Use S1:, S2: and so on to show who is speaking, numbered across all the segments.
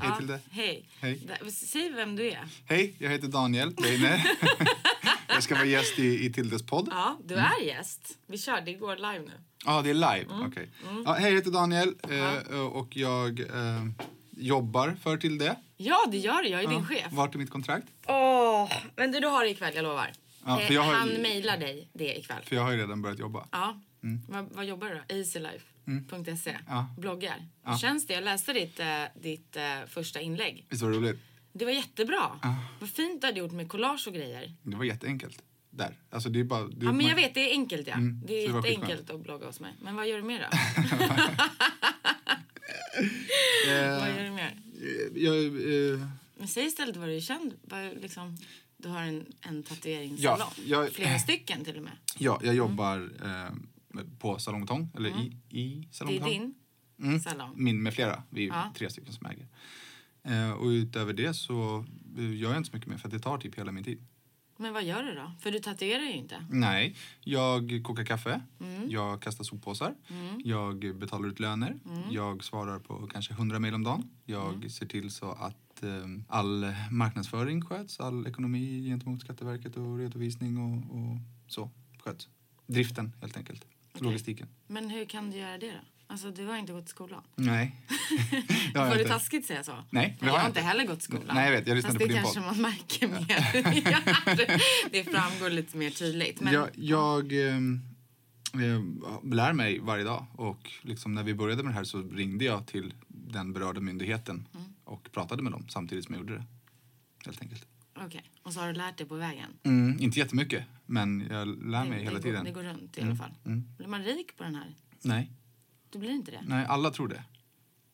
S1: Hej Tilde.
S2: Hej.
S1: Hej.
S2: Da- Säg vem du är.
S1: Hej, jag heter Daniel Weiner. jag ska vara gäst i, i Tildes podd. Ja,
S2: Ja, du är gäst. Vi kör, det går live nu.
S1: det är live.
S2: Mm.
S1: Okej. Ja, hej, jag heter Daniel eh, och jag eh, jobbar för Tilde.
S2: Ja, det gör du. Jag är din chef.
S1: Vart är mitt kontrakt?
S2: Åh, men du, du har det ikväll, jag lovar.
S1: Ja,
S2: Eh,
S1: för jag har-
S2: Han mejlar dig det ikväll.
S1: För jag har ju redan börjat jobba.
S2: Ja. Vad, vad jobbar du då? Easylife.se.
S1: Mm. Ja.
S2: Bloggar. Hur känns det? Jag läste ditt, eh, ditt eh, första inlägg.
S1: Visst var det roligt?
S2: Det var jättebra. Vad fint du hade gjort med collage och grejer.
S1: Det var jätteenkelt. Där. Alltså, det är bara, det,
S2: Ja, men
S1: man-
S2: jag vet, det är enkelt ja. Det
S1: Mm, så
S2: är
S1: det var
S2: jätteenkelt
S1: skitskönt.
S2: att blogga hos mig. Men vad gör du mer då? vad gör du mer?
S1: Eh, Jag, eh,
S2: Men säg istället vad du är känd vad, liksom, Du har en, en tatueringssalong.
S1: Ja, jag-
S2: Flera stycken till och med.
S1: ja, jag jobbar eh, på Salong Tong, eller i, i
S2: Mm. Det
S1: Salong
S2: är
S1: Tong.
S2: din
S1: Mm.
S2: salong.
S1: Min med flera. Vi är
S2: Ja.
S1: tre stycken som äger. Eh, och utöver det så eh, gör jag inte så mycket mer för att det tar typ hela min tid.
S2: Men vad gör du då? För du tatuerar ju inte.
S1: Nej, jag kokar kaffe,
S2: Mm.
S1: jag kastar soppåsar, jag betalar ut löner,
S2: Mm.
S1: jag svarar på kanske 100 mejl om dagen. Jag ser till så att eh, all marknadsföring sköts, all ekonomi gentemot Skatteverket och redovisning och, och så sköts. Driften helt enkelt, logistiken.
S2: Men hur kan du göra det då? Alltså du har inte gått i skolan.
S1: Nej. Det har jag
S2: Får du
S1: inte.
S2: taskigt säga så?
S1: Nej, det
S2: jag
S1: har
S2: har
S1: jag
S2: inte
S1: inte.
S2: heller gått i skolan.
S1: Nej, jag vet. Jag lyssnade
S2: Fast
S1: på
S2: det
S1: din
S2: kanske
S1: podd.
S2: man märker mer. Ja, det- det framgår lite mer tydligt. Men
S1: Jag, jag ehm, ehm, lär mig varje dag. Och liksom när vi började med det här så ringde jag till den berörda myndigheten
S2: Mm.
S1: och pratade med dem samtidigt som jag gjorde det. Helt enkelt.
S2: okej. Och så har du lärt dig på vägen.
S1: Mm, inte jättemycket, men jag lär mig
S2: det,
S1: hela
S2: det,
S1: tiden. Mm,
S2: Går, det går runt i alla fall. Blir man rik på den här?
S1: Nej,
S2: Du blir inte det.
S1: nej, alla tror det.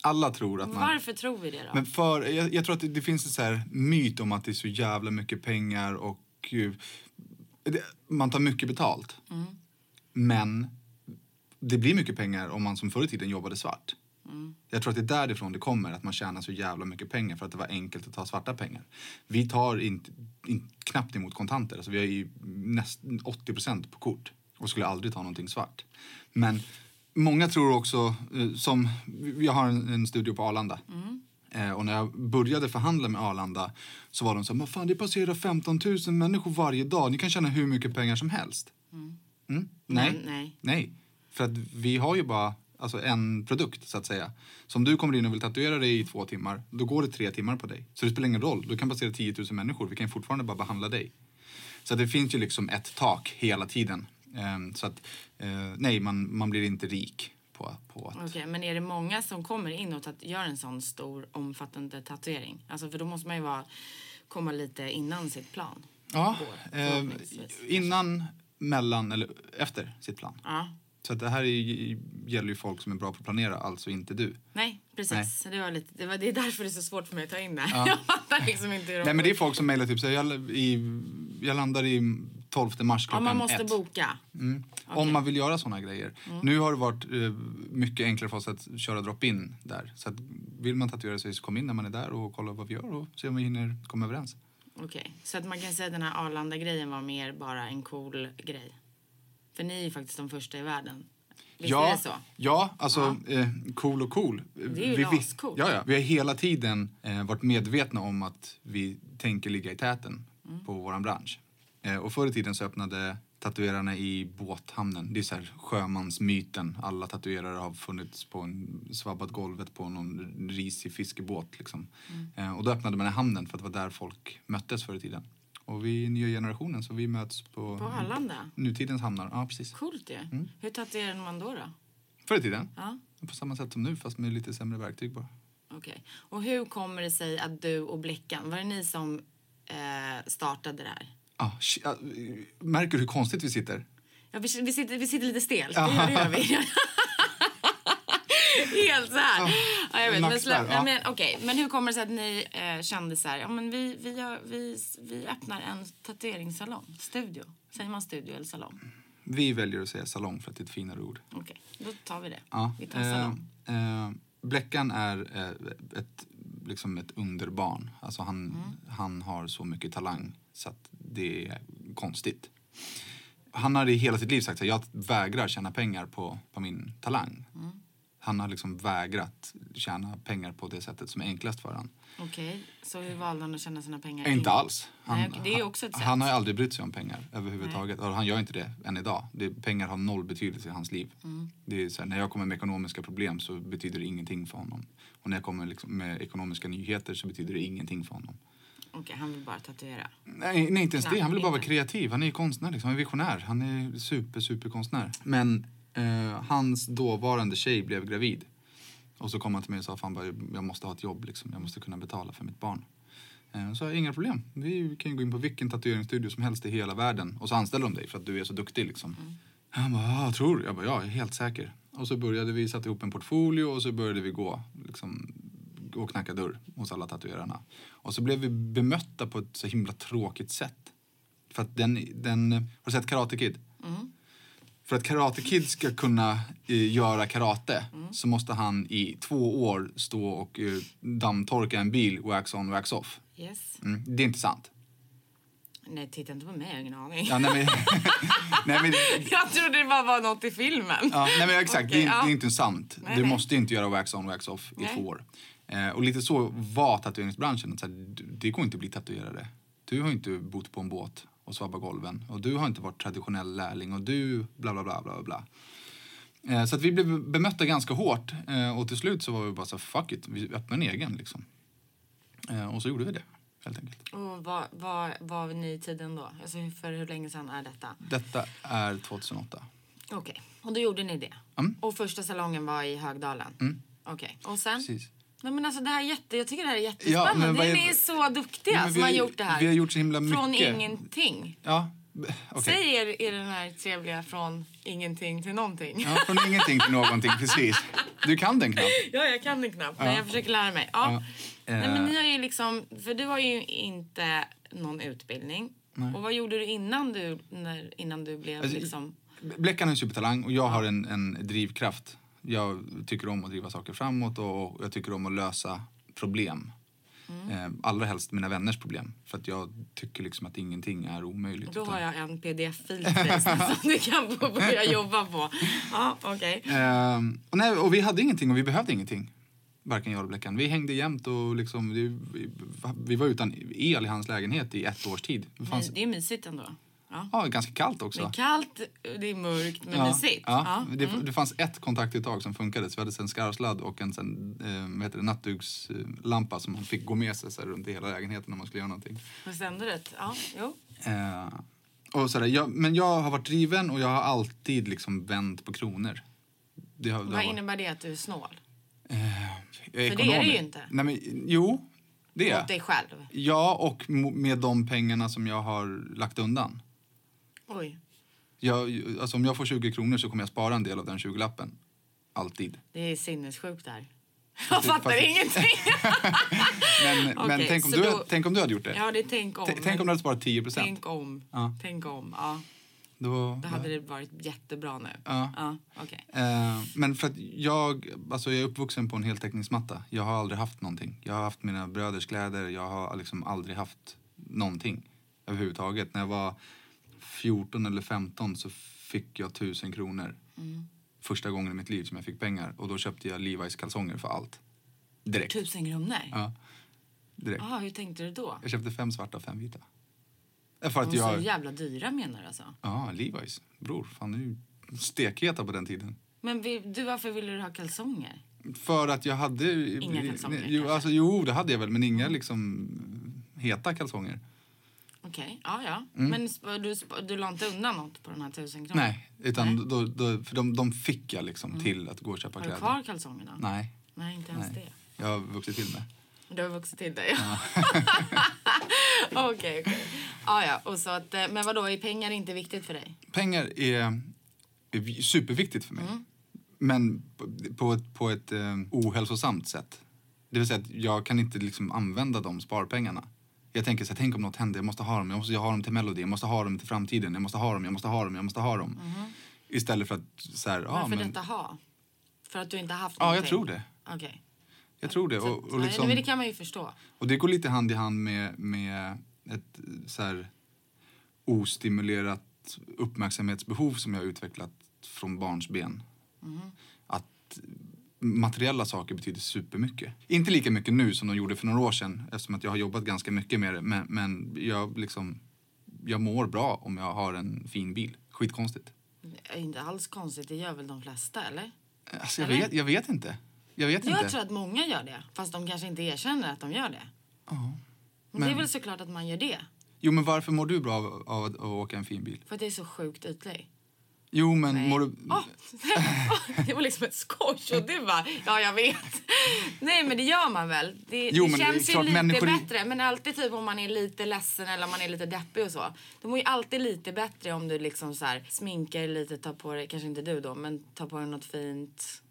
S1: Alla tror att man...
S2: Varför tror vi det då?
S1: Men för, jag, jag tror att det, det finns en så här myt om att det är så jävla mycket pengar och eh, det, man tar mycket betalt.
S2: Mm.
S1: Men det blir mycket pengar om man som förr i tiden jobbade svart. Jag tror att det är därifrån det kommer, att man tjänar så jävla mycket pengar för att det var enkelt att ta svarta pengar. Vi tar inte, in, knappt emot kontanter, alltså vi har ju näst, 80 på kort och skulle aldrig ta någonting svart. Men många tror också, eh, som, jag har en, en studio på Arlanda. Eh, Och när jag började förhandla med Arlanda så var de så här, "Men fan det passerar 15 000 människor varje dag, ni kan tjäna hur mycket pengar som helst. Mm? Nej.
S2: Men nej.
S1: Nej, för att vi har ju bara alltså, en produkt så att säga. Så om du kommer in och vill tatuera dig i två timmar, då går det tre timmar på dig. Så det spelar ingen roll, du kan passera 10 000 människor, vi kan ju fortfarande bara behandla dig. Så att det finns ju liksom ett tak hela tiden. Ehm, så att, eh, nej, man, man blir inte rik på, på att...
S2: Okej, men är det många som kommer in och tat- gör en sån stor omfattande tatuering? Alltså för då måste man ju vara, komma lite innan sitt plan.
S1: Ja,
S2: Går,
S1: eh,
S2: förhoppningsvis.
S1: innan, mellan eller efter sitt plan.
S2: Ja.
S1: Så att det här är, ju- gäller ju folk som är bra på att planera, alltså inte du.
S2: Nej, precis. Det, var lite, det, var, det är därför det är så svårt för mig att ta in det. Jag fattar liksom inte hur de
S1: Nej men det är folk som mejlar typ så här, jag, i, jag landar i 12 mars
S2: Ja,
S1: klockan
S2: man måste Mm.
S1: ett. Mm.
S2: boka.
S1: Om man vill göra såna grejer. Nu har det varit eh, mycket enklare för oss att köra drop-in där. Så att vill man tatuera sig så kom in när man är där och kolla vad vi gör och se om vi hinner komma överens.
S2: Okej, så att man kan säga att den här Arlanda-grejen var mer bara en cool grej. För ni är ju faktiskt de första i världen. Visst
S1: ja,
S2: är det så?
S1: Ja, alltså eh, cool och cool.
S2: Det är ju ascoolt.
S1: Ja, ja. Vi har hela tiden eh, varit medvetna om att vi tänker ligga i täten
S2: Mm.
S1: på vår bransch. Eh, och förr i tiden så öppnade tatuerarna i båthamnen. Det är så här sjömansmyten. Alla tatuerare har funnits på en, svabbat golvet på någon risig fiskebåt. Liksom.
S2: Mm.
S1: Eh, och då öppnade man i hamnen för att det var där folk möttes förr i tiden. Och vi är nya generationen så vi möts på,
S2: På Arlanda?
S1: nutidens hamnar. Ja, precis.
S2: Coolt ju.
S1: Mm.
S2: Hur tatuerar man då? då?
S1: Förr i tiden?
S2: Ja.
S1: På samma sätt som nu, fast med lite sämre verktyg bara.
S2: Okej. Och hur kommer det sig att du och Bleckan, var det ni som eh, startade det här?
S1: Ah, shi- ah, märker du hur konstigt vi sitter?
S2: Ja, vi, vi, sitter, vi sitter lite stelt, det gör, det gör vi. Helt så här. Ja, jag vet, men,
S1: Nackspärr,
S2: släpp, nej,
S1: ja.
S2: men, okej. men hur kommer det sig att ni eh, kände så här, ja, men vi, vi, gör, vi, vi öppnar en tatueringssalong, studio. Säger man studio eller salong?
S1: Vi väljer att säga salong för att det är ett finare ord.
S2: Okej, då tar vi det.
S1: Ja,
S2: Vi tar salong.
S1: eh, eh, Bleckan är eh, ett, liksom ett underbarn. Alltså han,
S2: Mm.
S1: han har så mycket talang så att det är konstigt. Han har i hela sitt liv sagt att jag vägrar tjäna pengar på, på min talang.
S2: Mm.
S1: Han har liksom vägrat tjäna pengar på det sättet som är enklast för honom.
S2: Okej, så hur valde han att tjäna sina pengar?
S1: eh, Inte alls. Han,
S2: Nej, okej, det är ju också ett
S1: han,
S2: sätt.
S1: han har ju aldrig brytt sig om pengar överhuvudtaget. Och han gör inte det än idag. Det, pengar har noll betydelse i hans liv.
S2: Mm.
S1: Det är så här, när jag kommer med ekonomiska problem så betyder det ingenting för honom. Och när jag kommer liksom med ekonomiska nyheter så betyder det ingenting för honom.
S2: Okej, han vill bara tatuera.
S1: Nej, nej inte ens det.
S2: Nej,
S1: Han vill bara vara
S2: inte.
S1: kreativ. Han är ju konstnär liksom. Han är visionär. Han är super, super konstnär. Men eh, hans dåvarande tjej blev gravid. Och så kom han till mig och sa fan bara, jag måste ha ett jobb liksom. Jag måste kunna betala för mitt barn. Eh, så jag, inga problem. Vi kan ju gå in på vilken tatueringsstudio som helst i hela världen. Och så anställer de dig för att du är så duktig liksom. Han bara, ah, tror du? Jag bara, ja, jag är helt säker. Och så började vi sätta ihop en portfolio och så började vi gå liksom, och knacka dörr hos alla tatuerarna. Och så blev vi bemötta på ett så himla tråkigt sätt. För att den, den har du sett Karate Kid? För att Karate Kid ska kunna eh, göra karate så måste han i två år stå och eh, dammtorka en bil wax on wax off.
S2: Yes.
S1: Mm. Det är inte sant.
S2: Nej, titta inte på mig, jag har ingen aning.
S1: Ja, nej, men, nej, men,
S2: Jag trodde det bara var något i filmen.
S1: Ja, nej men exakt,
S2: Okej,
S1: det, är,
S2: ja.
S1: det är inte sant.
S2: Nej,
S1: du
S2: nej.
S1: måste inte göra wax on, wax off i
S2: Nej.
S1: två år. Eh, och lite så var tatueringsbranschen. Att så här, du- det går inte att bli tatuerare. Du har ju inte bott på en båt och svabbat golven. Och du har inte varit traditionell lärling och du bla bla bla bla bla. Eh, så att vi blev bemötta ganska hårt eh, och till slut så var vi bara så här, fuck it, vi öppnar en egen liksom. Eh, och så gjorde vi det, helt enkelt.
S2: Och vad var, var ni i tiden då? Alltså hur- för hur länge sedan är detta?
S1: Detta är 2008.
S2: Okej, och då gjorde ni det.
S1: Mm.
S2: Och första salongen var i Högdalen? Okej, och sen?
S1: Precis.
S2: Nej, men alltså, det här är jätte, jag tycker det här är jättespännande.
S1: men vad är-
S2: Ni är så duktiga
S1: Nej, men vi
S2: som har
S1: har ju-
S2: gjort det här.
S1: vi har gjort så himla
S2: Från
S1: mycket.
S2: ingenting.
S1: Ja, b- okej.
S2: Säg er, er den här trevliga från ingenting till någonting.
S1: Ja, från ingenting till någonting, precis. Du kan den knappt.
S2: Ja, jag kan den knappt. Men jag försöker lära mig. Ja. Nej, men
S1: Eh.
S2: ni har ju liksom, för du har ju inte någon utbildning. Och vad gjorde du innan du, när, innan du blev
S1: Alltså,
S2: liksom...
S1: Bleckan har en supertalang och jag har en, en drivkraft. Jag tycker om att driva saker framåt och, och jag tycker om att lösa problem.
S2: Mm.
S1: Eh, allra helst mina vänners problem. För att jag tycker liksom att ingenting är omöjligt.
S2: Då
S1: utan-
S2: har jag en pdf-fil till dig som du kan få börja jobba på. Ja, okej.
S1: Ehm, och, nej, och vi hade ingenting och vi behövde ingenting. Varken jag eller Bleckan. Vi hängde jämt och liksom, vi, vi, vi var utan el i hans lägenhet i ett års tid. Det fanns,
S2: Men Det är mysigt ändå. Ja.
S1: ja, ganska kallt
S2: Det
S1: också.
S2: är kallt, det är mörkt, men mysigt.
S1: Ja.
S2: Ja. Mm.
S1: Det, det fanns ett kontaktuttag som funkade. Så vi hade en skarvsladd och en sen, eh, vad heter det, nattdukslampa som man fick gå med sig så här, runt i hela lägenheten när man skulle göra någonting.
S2: Och sen du rätt. Ja, jo.
S1: Eh, och så där, jag, men jag har varit driven och jag har alltid liksom vänt på kronor. Det har, det
S2: Vad
S1: har varit-
S2: innebär det att du är snål?
S1: jag
S2: för det är det
S1: ekonomi.
S2: ju inte.
S1: Nej, men, jo, det är
S2: Mot dig själv?
S1: Ja, och mo- med de pengarna som jag har lagt undan.
S2: Oj.
S1: Jag, alltså, om jag får 20 kronor så kommer jag spara en del av den 20-lappen. Alltid.
S2: Det är sinnessjukt där. Jag
S1: Det-
S2: fattar
S1: fast-
S2: ingenting.
S1: Men,
S2: Okej,
S1: men tänk, om
S2: så
S1: du,
S2: då-
S1: tänk om du hade gjort det.
S2: Ja, det är tänk om.
S1: T- Tänk om du hade sparat 10 procent.
S2: Tänk om.
S1: Ja.
S2: Tänk om. Ja.
S1: Då,
S2: Då hade det varit jättebra nu.
S1: Ja.
S2: okej.
S1: Eh, men för att jag, alltså jag är uppvuxen på en heltäckningsmatta. Jag har aldrig haft någonting. Jag har haft mina bröders kläder. Jag har liksom aldrig haft någonting
S2: Mm.
S1: överhuvudtaget. När jag var 14 eller 15 så fick jag 1000 kronor. första gången i mitt liv som jag fick pengar. Och då köpte jag Levi's kalsonger för allt. Direkt.
S2: Tusen Ah. kronor?
S1: Ja. Direkt.
S2: Jaha, hur tänkte du då?
S1: Jag köpte fem svarta och fem vita. Eh, För
S2: De
S1: att
S2: är
S1: jag...
S2: så
S1: Ja,
S2: jävla dyra menar du alltså?
S1: Levi's. Bror, fan det är ju stekheta på den tiden.
S2: Men vi, du, varför ville du ha kalsonger?
S1: För att jag hade...
S2: Inga kalsonger,
S1: jo,
S2: kanske?
S1: alltså, jo, det hade jag väl, men inga liksom heta kalsonger.
S2: Okej, ja ja. Men sp- du, sp- du la inte undan något på de här tusen kronorna?
S1: Mm. Nej, utan Då, då, för de, de fick jag liksom till att gå och köpa
S2: Mm. Har du kvar
S1: kläder.
S2: kalsongerna?
S1: Nej,
S2: Nej, inte ens
S1: nej. Jag har vuxit till med.
S2: det. Du har vuxit till dig. Okej, okej. Ja, ja. Och så att, eh, men vadå, är pengar inte viktigt för dig?
S1: Pengar är är superviktigt för mig. Men på- på ett, på ett eh, ohälsosamt sätt. Det vill säga att jag kan inte liksom använda de sparpengarna. Jag tänker så här, tänk om något händer, jag måste ha dem, jag måste jag har dem till Melody, jag måste ha dem till framtiden, jag måste ha dem, jag måste ha dem, jag måste ha dem. Istället för att så här, ja
S2: Varför
S1: men,
S2: detta ha? För att du inte haft
S1: ja jag
S2: någonting?
S1: tror det.
S2: Okej.
S1: Jag tror det.
S2: Så-
S1: Och,
S2: ja,
S1: och liksom,
S2: men det kan man ju förstå.
S1: Och det går lite hand i hand med, med ett eh, så här, ostimulerat uppmärksamhetsbehov som jag har utvecklat från barnsben.
S2: Mm-hmm.
S1: Att materiella saker betyder supermycket. Inte lika mycket nu som de gjorde för några år sedan eftersom att jag har jobbat ganska mycket med det. Men, men jag, liksom, jag mår bra om jag har en fin bil. Skitkonstigt.
S2: Det är inte alls konstigt, det gör väl de flesta, eller?
S1: Alltså, jag,
S2: Eller?
S1: vet, jag vet inte. Jag vet inte.
S2: Jag tror att många gör det, fast de kanske inte erkänner att de gör det. Men, det är väl såklart att man gör det,
S1: Jo, men varför mår du bra av, av att åka en fin bil?
S2: för att det är så sjukt ytlig.
S1: Jo, men
S2: Nej.
S1: mår du...
S2: Ah, det var liksom ett skoj och du bara, ja jag vet. Nej men det gör man väl. Det,
S1: Jo,
S2: det
S1: men det är
S2: känns
S1: klart,
S2: ju lite
S1: människor-
S2: bättre. Men alltid typ om man är lite ledsen eller om man är lite deppig och så. Det mår ju alltid lite bättre om du liksom så här, sminkar dig lite, tar på dig, kanske inte du då, men tar på dig något fint.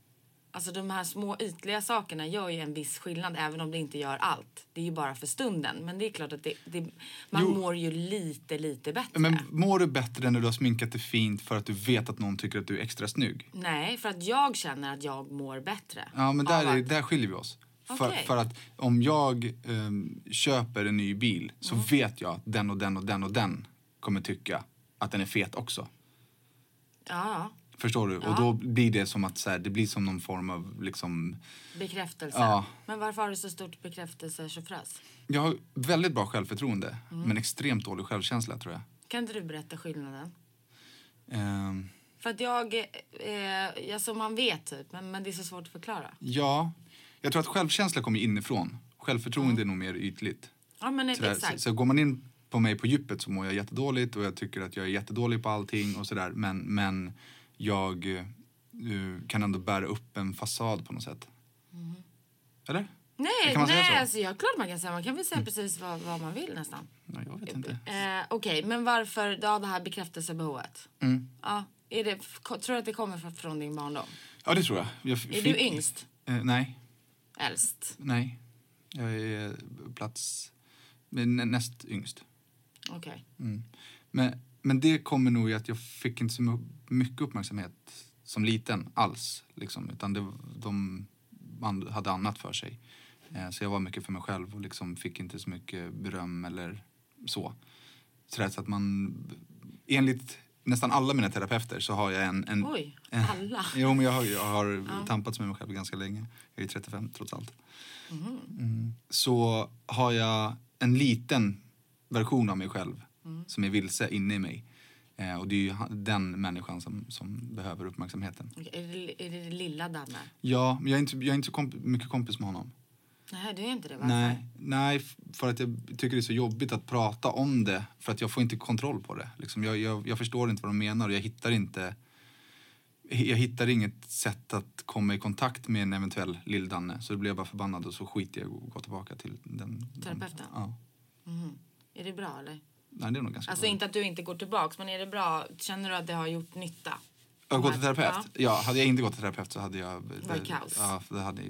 S2: Alltså de här små ytliga sakerna gör ju en viss skillnad även om det inte gör allt. Det är ju bara för stunden. Men det är klart att det, det, man
S1: Jo.
S2: mår ju lite, lite bättre.
S1: Men mår du bättre när du har sminkat dig fint för att du vet att någon tycker att du är extra snygg?
S2: Nej, för att jag känner att jag mår bättre.
S1: Ja, men där,
S2: av
S1: är,
S2: att-
S1: där skiljer vi oss. För,
S2: Okej.
S1: för att om jag ehm, köper en ny bil så
S2: Mm.
S1: vet jag att den och den och den och den kommer tycka att den är fet också.
S2: Ja,
S1: Förstår du? Och då blir det som att så här, det blir som någon form av liksom...
S2: bekräftelse.
S1: Ja.
S2: Men varför har du så stort bekräftelsetjofräs?
S1: Jag har väldigt bra självförtroende
S2: Mm.
S1: men extremt dålig självkänsla tror jag.
S2: Kan inte du berätta skillnaden?
S1: Ehm,
S2: För att jag, eh, alltså man vet typ, men, men det är så svårt att förklara.
S1: ja, jag tror att självkänsla kommer inifrån. Självförtroende är nog mer ytligt.
S2: Ja men
S1: Sådär. Så,
S2: exakt.
S1: så går man in på mig på djupet så mår jag jättedåligt och jag tycker att jag är jättedålig på allting och sådär. Men, men jag eh, eh, kan ändå bära upp en fasad på något sätt. Eller?
S2: Mm-hmm. nej,
S1: kan man säga
S2: nej,
S1: så?
S2: alltså jag klart man kan säga, man kan väl säga precis vad, vad man vill nästan.
S1: Nej, jag vet inte.
S2: Eh, Okej, men varför, du har det här bekräftelsebehovet? Mm. Ja, är det, f- ko- tror du att det kommer fr- från din barndom?
S1: Ja, det tror jag. jag f-
S2: Är
S1: fick-
S2: du yngst?
S1: Eh, nej,
S2: Äldst?
S1: nej. Jag är eh, plats men nä- näst yngst.
S2: Okej.
S1: Mm. Men, men det kommer nog i att jag fick inte så mu- mycket uppmärksamhet som liten alls. Liksom, utan det, de man hade annat för sig. Eh, så jag var mycket för mig själv och liksom fick inte så mycket beröm eller så. Så, där, så att man, enligt nästan alla mina terapeuter så har jag en... en
S2: Oj,
S1: en-
S2: alla?
S1: Jo, men jag har, jag har tampats med mig själv ganska länge. Jag är 35 trots allt. Mm. Så har jag en liten version av mig själv som är vilse inne i mig. Eh, och det är ju ha- den människan som, som behöver uppmärksamheten.
S2: Okej, Är, det, är det det lilla Danne?
S1: Ja, men jag är inte, jag är inte så komp- mycket kompis med honom.
S2: Nej, du är inte det varför?
S1: Nej, nej, f- för att jag tycker det är så jobbigt att prata om det för att jag får inte kontroll på det. Liksom, jag, jag, jag förstår inte vad de menar och jag hittar inte jag hittar inget sätt att komma i kontakt med en eventuell lilldanne. Så då blir jag bara förbannad och så skiter jag och går tillbaka till den.
S2: Terapeuten?
S1: Ja.
S2: Är det bra eller?
S1: Nej, det är nog ganska
S2: Alltså
S1: bra.
S2: inte att du inte går tillbaks, men är det bra? Känner du att det har gjort nytta?
S1: Jag har gått till
S2: De här-
S1: terapeut.
S2: Ja.
S1: Ja. hade jag inte gått till terapeut så hade jag... Det
S2: var kaos.
S1: Ja, det, hade,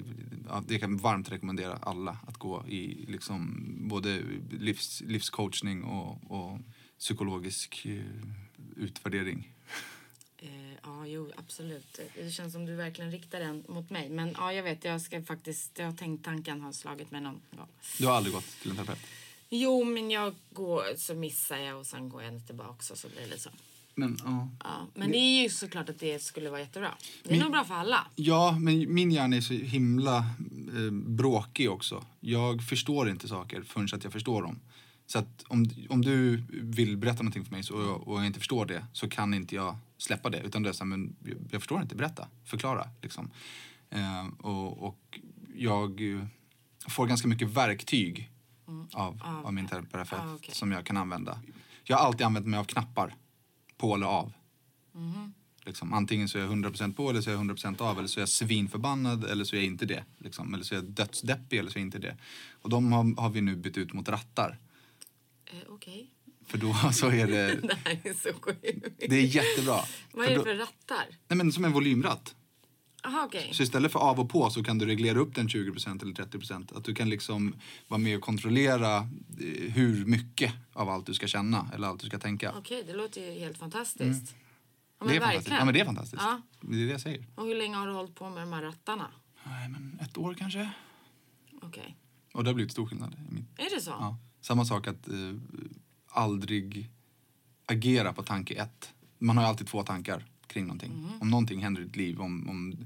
S1: ja, det kan jag varmt rekommendera alla att gå i liksom både livs, livscoachning och, och psykologisk eh, utvärdering.
S2: Eh, ja, jo, absolut. Det känns som du verkligen riktar den mot mig. Men ja, jag vet, jag ska faktiskt, jag har tänkt tanken har slagit mig någon gång.
S1: Du har aldrig gått till en terapeut?
S2: Jo, men jag går, så missar jag och sen går jag inte tillbaks och så blir det så.
S1: Men, ja.
S2: Ja, men det är ju såklart att det skulle vara jättebra. Det är nog bra för alla.
S1: Ja, men min hjärna är så himla eh, bråkig också. Jag förstår inte saker förrän att jag förstår dem. Så att om, om du vill berätta någonting för mig så, och, jag, och jag inte förstår det så kan inte jag släppa det. Utan det är så här, men jag, jag förstår inte, berätta, förklara. Liksom. Eh, och, och jag eh, får ganska mycket verktyg av, av min terapeut
S2: Mm. Ah, okej.
S1: som jag kan använda. Jag har alltid använt mig av knappar, på eller av. Liksom, antingen så är jag 100% på eller så är jag 100% av eller så är jag svinförbannad eller så är jag inte det. Liksom, eller så är jag dödsdeppig eller så är jag inte det. Och de har, har vi nu bytt ut mot rattar.
S2: Eh, Okej.
S1: För då så är det,
S2: Det här är så sjukt.
S1: det är jättebra.
S2: Vad är det
S1: då-
S2: för rattar?
S1: Nej men som en volymratt.
S2: Jaha, okej.
S1: Så istället för av och på så kan du reglera upp den 20% eller 30%. Att du kan liksom vara med och kontrollera eh, hur mycket av allt du ska känna eller allt du ska tänka.
S2: Okej, det låter ju helt fantastiskt. Ja, men
S1: Mm. det är fantastiskt.
S2: verkligen.
S1: Ja men det är fantastiskt.
S2: Ja.
S1: Det är det jag säger.
S2: Och hur länge har du hållit på med de här rattarna?
S1: Nej men ett år kanske.
S2: Okej.
S1: Och det har blivit stor skillnad i mitt
S2: Är det så?
S1: Ja. Samma sak att eh, aldrig agera på tanke ett. Man har ju alltid två tankar kring någonting.
S2: Mm.
S1: Om någonting händer i ditt liv, om, om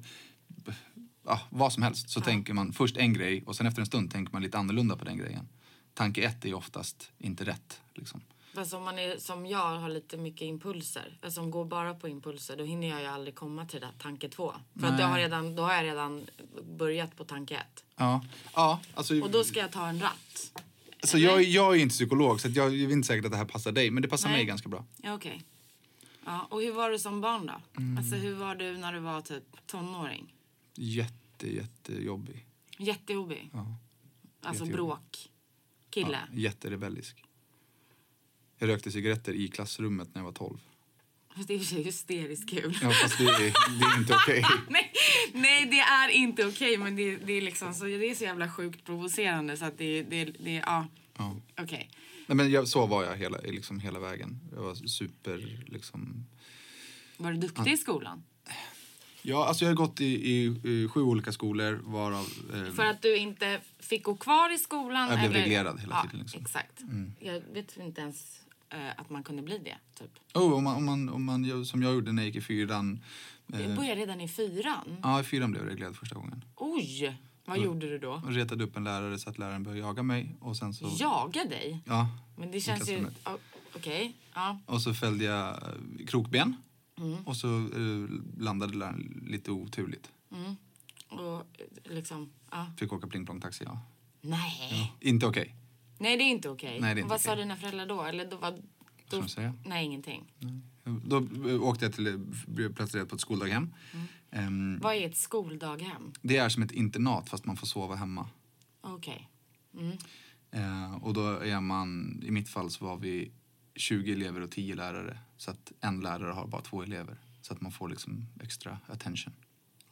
S1: ja, vad som helst, så tänker man först en grej och sen efter en stund tänker man lite annorlunda på den grejen. Tanke ett är ju oftast inte rätt. Liksom.
S2: Fast om man är som jag har lite mycket impulser, alltså om går bara på impulser, då hinner jag ju aldrig komma till det där tanke två. För att jag har redan, då har jag redan börjat på tanke ett.
S1: Ja, ja alltså,
S2: Och då ska jag ta en ratt.
S1: alltså, jag, är- jag är inte psykolog så att jag är inte säker att det här passar dig, men det passar
S2: Nej.
S1: mig ganska bra.
S2: Ja, okej. Ja, och hur var du som barn då?
S1: Mm.
S2: Alltså hur var du när du var typ tonåring?
S1: Jätte, jättejobbig.
S2: Jättejobbig?
S1: Ja.
S2: Alltså
S1: jättejobbig.
S2: bråk? Kille?
S1: Jätterebellisk. Jag rökte cigaretter i klassrummet när jag var 12.
S2: Fast det är i och för sig hysteriskt kul.
S1: Ja, fast det är, det är inte okej.
S2: Nej, nej, det är inte okej, men det, det, är liksom så, det är så jävla sjukt provocerande så att det, det, det ja.
S1: Ja.
S2: Okej.
S1: Nej, men jag, så var jag hela, liksom hela vägen. Jag var super... Liksom...
S2: Var du duktig i skolan?
S1: Ja, alltså jag har gått i, i, i sju olika skolor varav... Eh,
S2: För att du inte fick gå kvar i skolan?
S1: Jag blev
S2: eller?
S1: reglerad hela
S2: ja,
S1: tiden, liksom.
S2: Exakt. Jag vet inte ens eh, att man kunde bli det. Typ.
S1: oh, om man, om man, om man, gör som jag gjorde när jag gick i fyran. eh,
S2: Du började redan i fyran.
S1: Ja, Mm. i fyran blev jag reglerad första gången.
S2: Oj! Vad gjorde du då?
S1: Och retade upp en lärare så att läraren började jaga mig. Och sen så...
S2: Jaga dig?
S1: Ja,
S2: Men det
S1: i
S2: känns ju...
S1: klassrummet.
S2: ja, Okej. Ja.
S1: Och så fällde jag eh, krokben.
S2: Mm.
S1: Och så eh, landade läraren lite oturligt.
S2: Och eh, liksom... Ja.
S1: Fick åka pling-plong-taxi, ja.
S2: Nej.
S1: Inte okej.
S2: Nej, det är inte okej.
S1: Nej, det är
S2: Och
S1: inte
S2: Vad sa
S1: okej.
S2: dina föräldrar då? Eller då var...
S1: ska man säga?
S2: Nej, ingenting.
S1: Då eh, åkte jag till, blev placerad på ett skoldaghem.
S2: Mm.
S1: Ehm,
S2: Vad är ett skoldaghem?
S1: det är som ett internat fast man får sova hemma.
S2: Okej.
S1: Eh, och då är man, i mitt fall så var vi 20 elever och 10 lärare. Så att en lärare har bara två elever. Så att man får liksom extra attention.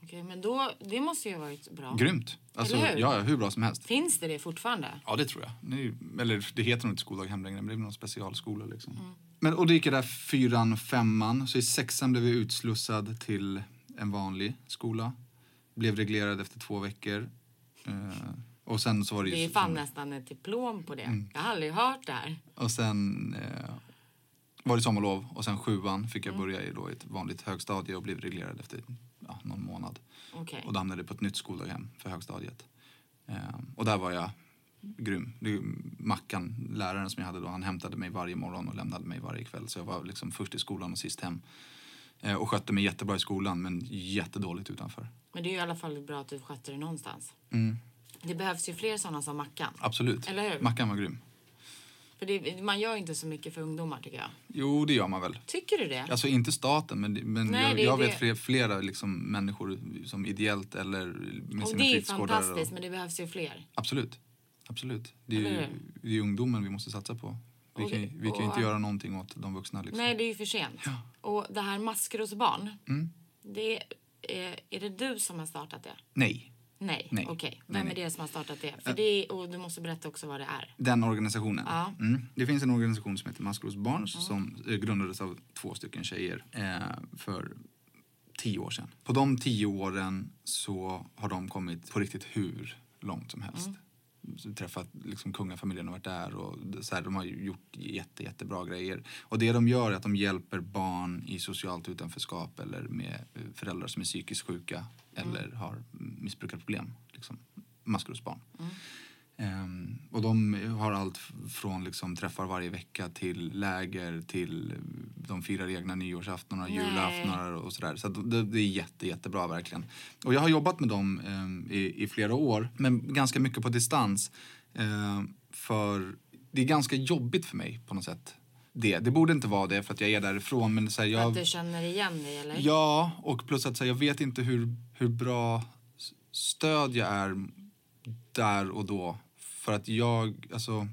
S2: Okej, men då... Det måste ju ha varit bra.
S1: Grymt! Alltså,
S2: Eller
S1: ja,
S2: hur?
S1: ja, hur bra som helst.
S2: Finns det det fortfarande?
S1: Ja, det tror jag. Det är ju- eller det heter nog inte skoldaghem längre, men det är väl någon specialskola liksom.
S2: Mm.
S1: Men, och då gick jag där fyran, femman. Så i sexan blev jag utslussad till en vanlig skola. Blev reglerad efter två veckor. Eh, och sen så var det ju...
S2: Det är
S1: så- Mm.
S2: fan nästan ett diplom på det. Jag har aldrig hört det här.
S1: Och sen eh, var det sommarlov och sen sjuan fick
S2: Mm.
S1: jag börja i då ett vanligt högstadie och blev reglerad efter ja, någon månad.
S2: Okej.
S1: Och då hamnade jag på ett nytt skoldaghem för högstadiet. Eh, och där var jag grym. Det, Mackan, läraren som jag hade då, han hämtade mig varje morgon och lämnade mig varje kväll. Så jag var liksom först i skolan och sist hem. Eh, och skötte mig jättebra i skolan men jättedåligt utanför.
S2: Men det är ju i alla fall bra att du skötte det någonstans.
S1: Mm.
S2: Det behövs ju fler sådana som Mackan.
S1: Absolut.
S2: Eller hur?
S1: Mackan var grym.
S2: För det, man gör ju inte så mycket för ungdomar tycker jag.
S1: Jo, det gör man väl.
S2: Tycker du det?
S1: Alltså inte staten, men, men
S2: Nej,
S1: jag,
S2: det är
S1: jag
S2: det.
S1: vet flera, flera liksom, människor som ideellt eller med
S2: och
S1: sina
S2: det är ju
S1: fritidsgårdar och-
S2: fantastiskt, men det behövs ju fler.
S1: Absolut. Absolut. Det är,
S2: Eller
S1: ju,
S2: hur?
S1: det är ju ungdomen vi måste satsa på. Vi
S2: Och
S1: kan,
S2: det-
S1: ju- vi kan ju
S2: och-
S1: inte göra någonting åt de vuxna. Liksom.
S2: Nej, det är ju för sent. Och det här maskrosbarn,
S1: Mm.
S2: det är, är det du som har startat det?
S1: Nej.
S2: Nej,
S1: Nej.
S2: okej.
S1: Nej,
S2: Vem
S1: nej.
S2: är det som har startat det? För det är, och du måste berätta också vad det är.
S1: Den organisationen.
S2: Ja.
S1: Mm. Det finns en organisation som heter Maskros barn som eh, grundades av två stycken tjejer eh, för tio år sedan. På de tio åren så har de kommit på riktigt hur långt som helst. träffat liksom kungafamiljen och varit där. Och så här, de har ju gjort jätte, jättebra grejer. Och det de gör är att de hjälper barn i socialt utanförskap eller med eh, föräldrar som är psykiskt sjuka eller har missbrukarproblem. Liksom, maskrosbarn. Ehm, och de har allt f- från liksom träffar varje vecka till läger till eh, de firar egna nyårsaftnar och julaftnar och sådär. Så att det, det är jätte, jättebra verkligen. Och jag har jobbat med dem ehm, i, i flera år, men ganska mycket på distans. Ehm, för det är ganska jobbigt för mig på något sätt. Det, det borde inte vara det för att jag är därifrån men så här, jag...
S2: Att du känner igen dig eller?
S1: Ja, och plus att så här, jag vet inte hur, hur bra s- stöd jag är där och då. För att jag, alltså,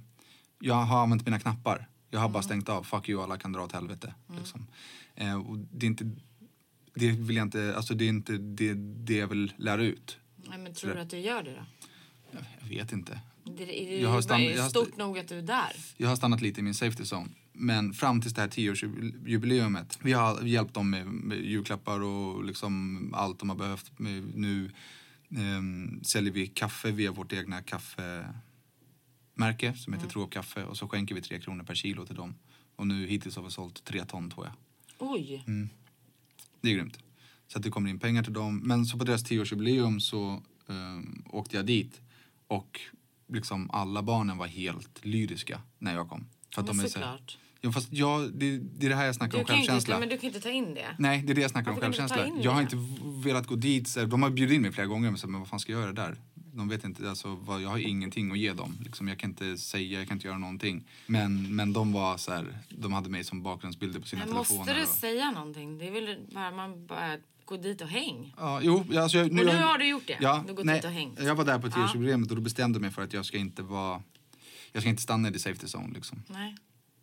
S1: jag har använt mina knappar. Jag har bara stängt av. Fuck you, alla kan dra åt helvete. Liksom. Eh, och det är inte, det vill jag inte, alltså det är inte det, det jag vill lära ut.
S2: Nej, men tror du att du gör det då?
S1: Jag, jag vet inte.
S2: Det, är det
S1: Jag har stann-
S2: är
S1: jag har
S2: det
S1: st-
S2: stort nog att du är där.
S1: Jag har stannat lite i min safety zone. Men fram till det här tioårsjubileumet. Vi har hjälpt dem med, med julklappar och liksom allt de har behövt. Med, nu ehm, säljer vi kaffe via vårt egna kaffemärke som
S2: Mm.
S1: heter Tro och Kaffe. Och så skänker vi tre kronor per kilo till dem. Och nu hittills har vi sålt tre ton tror jag.
S2: Oj.
S1: Mm, Det är grymt. Så att det kommer in pengar till dem. Men så på deras tioårsjubileum så ehm, åkte jag dit och liksom alla barnen var helt lyriska när jag kom. För att
S2: Men
S1: de är så här,
S2: såklart.
S1: ja, fast jag, det, det är det här jag snackar
S2: Du
S1: om,
S2: kan, ju inte,
S1: självkänsla.
S2: men du kan ju inte ta in det.
S1: Nej, det är det jag snackar om,
S2: Varför kan du inte ta
S1: självkänsla.
S2: in
S1: Jag har
S2: det?
S1: inte v- velat gå dit. Så här, de har bjudit in mig flera gånger, men, så, här, men vad fan ska jag göra där? De vet inte, alltså, vad, jag har ingenting att ge dem. Liksom, jag kan inte säga, jag kan inte göra någonting. Men, men de var så här, de hade mig som bakgrundsbilder på sina
S2: Men
S1: telefoner.
S2: måste du
S1: och-
S2: säga någonting? Det är väl bara man bara gå dit och häng.
S1: Ja, jo, ja, alltså jag,
S2: Och nu har du gjort det.
S1: Ja,
S2: Du har gått
S1: nej,
S2: ut och hängt.
S1: Jag var där på tioårsjubileet och då bestämde jag mig för att jag ska inte vara... Jag ska inte stanna i the safety zone liksom.
S2: Nej.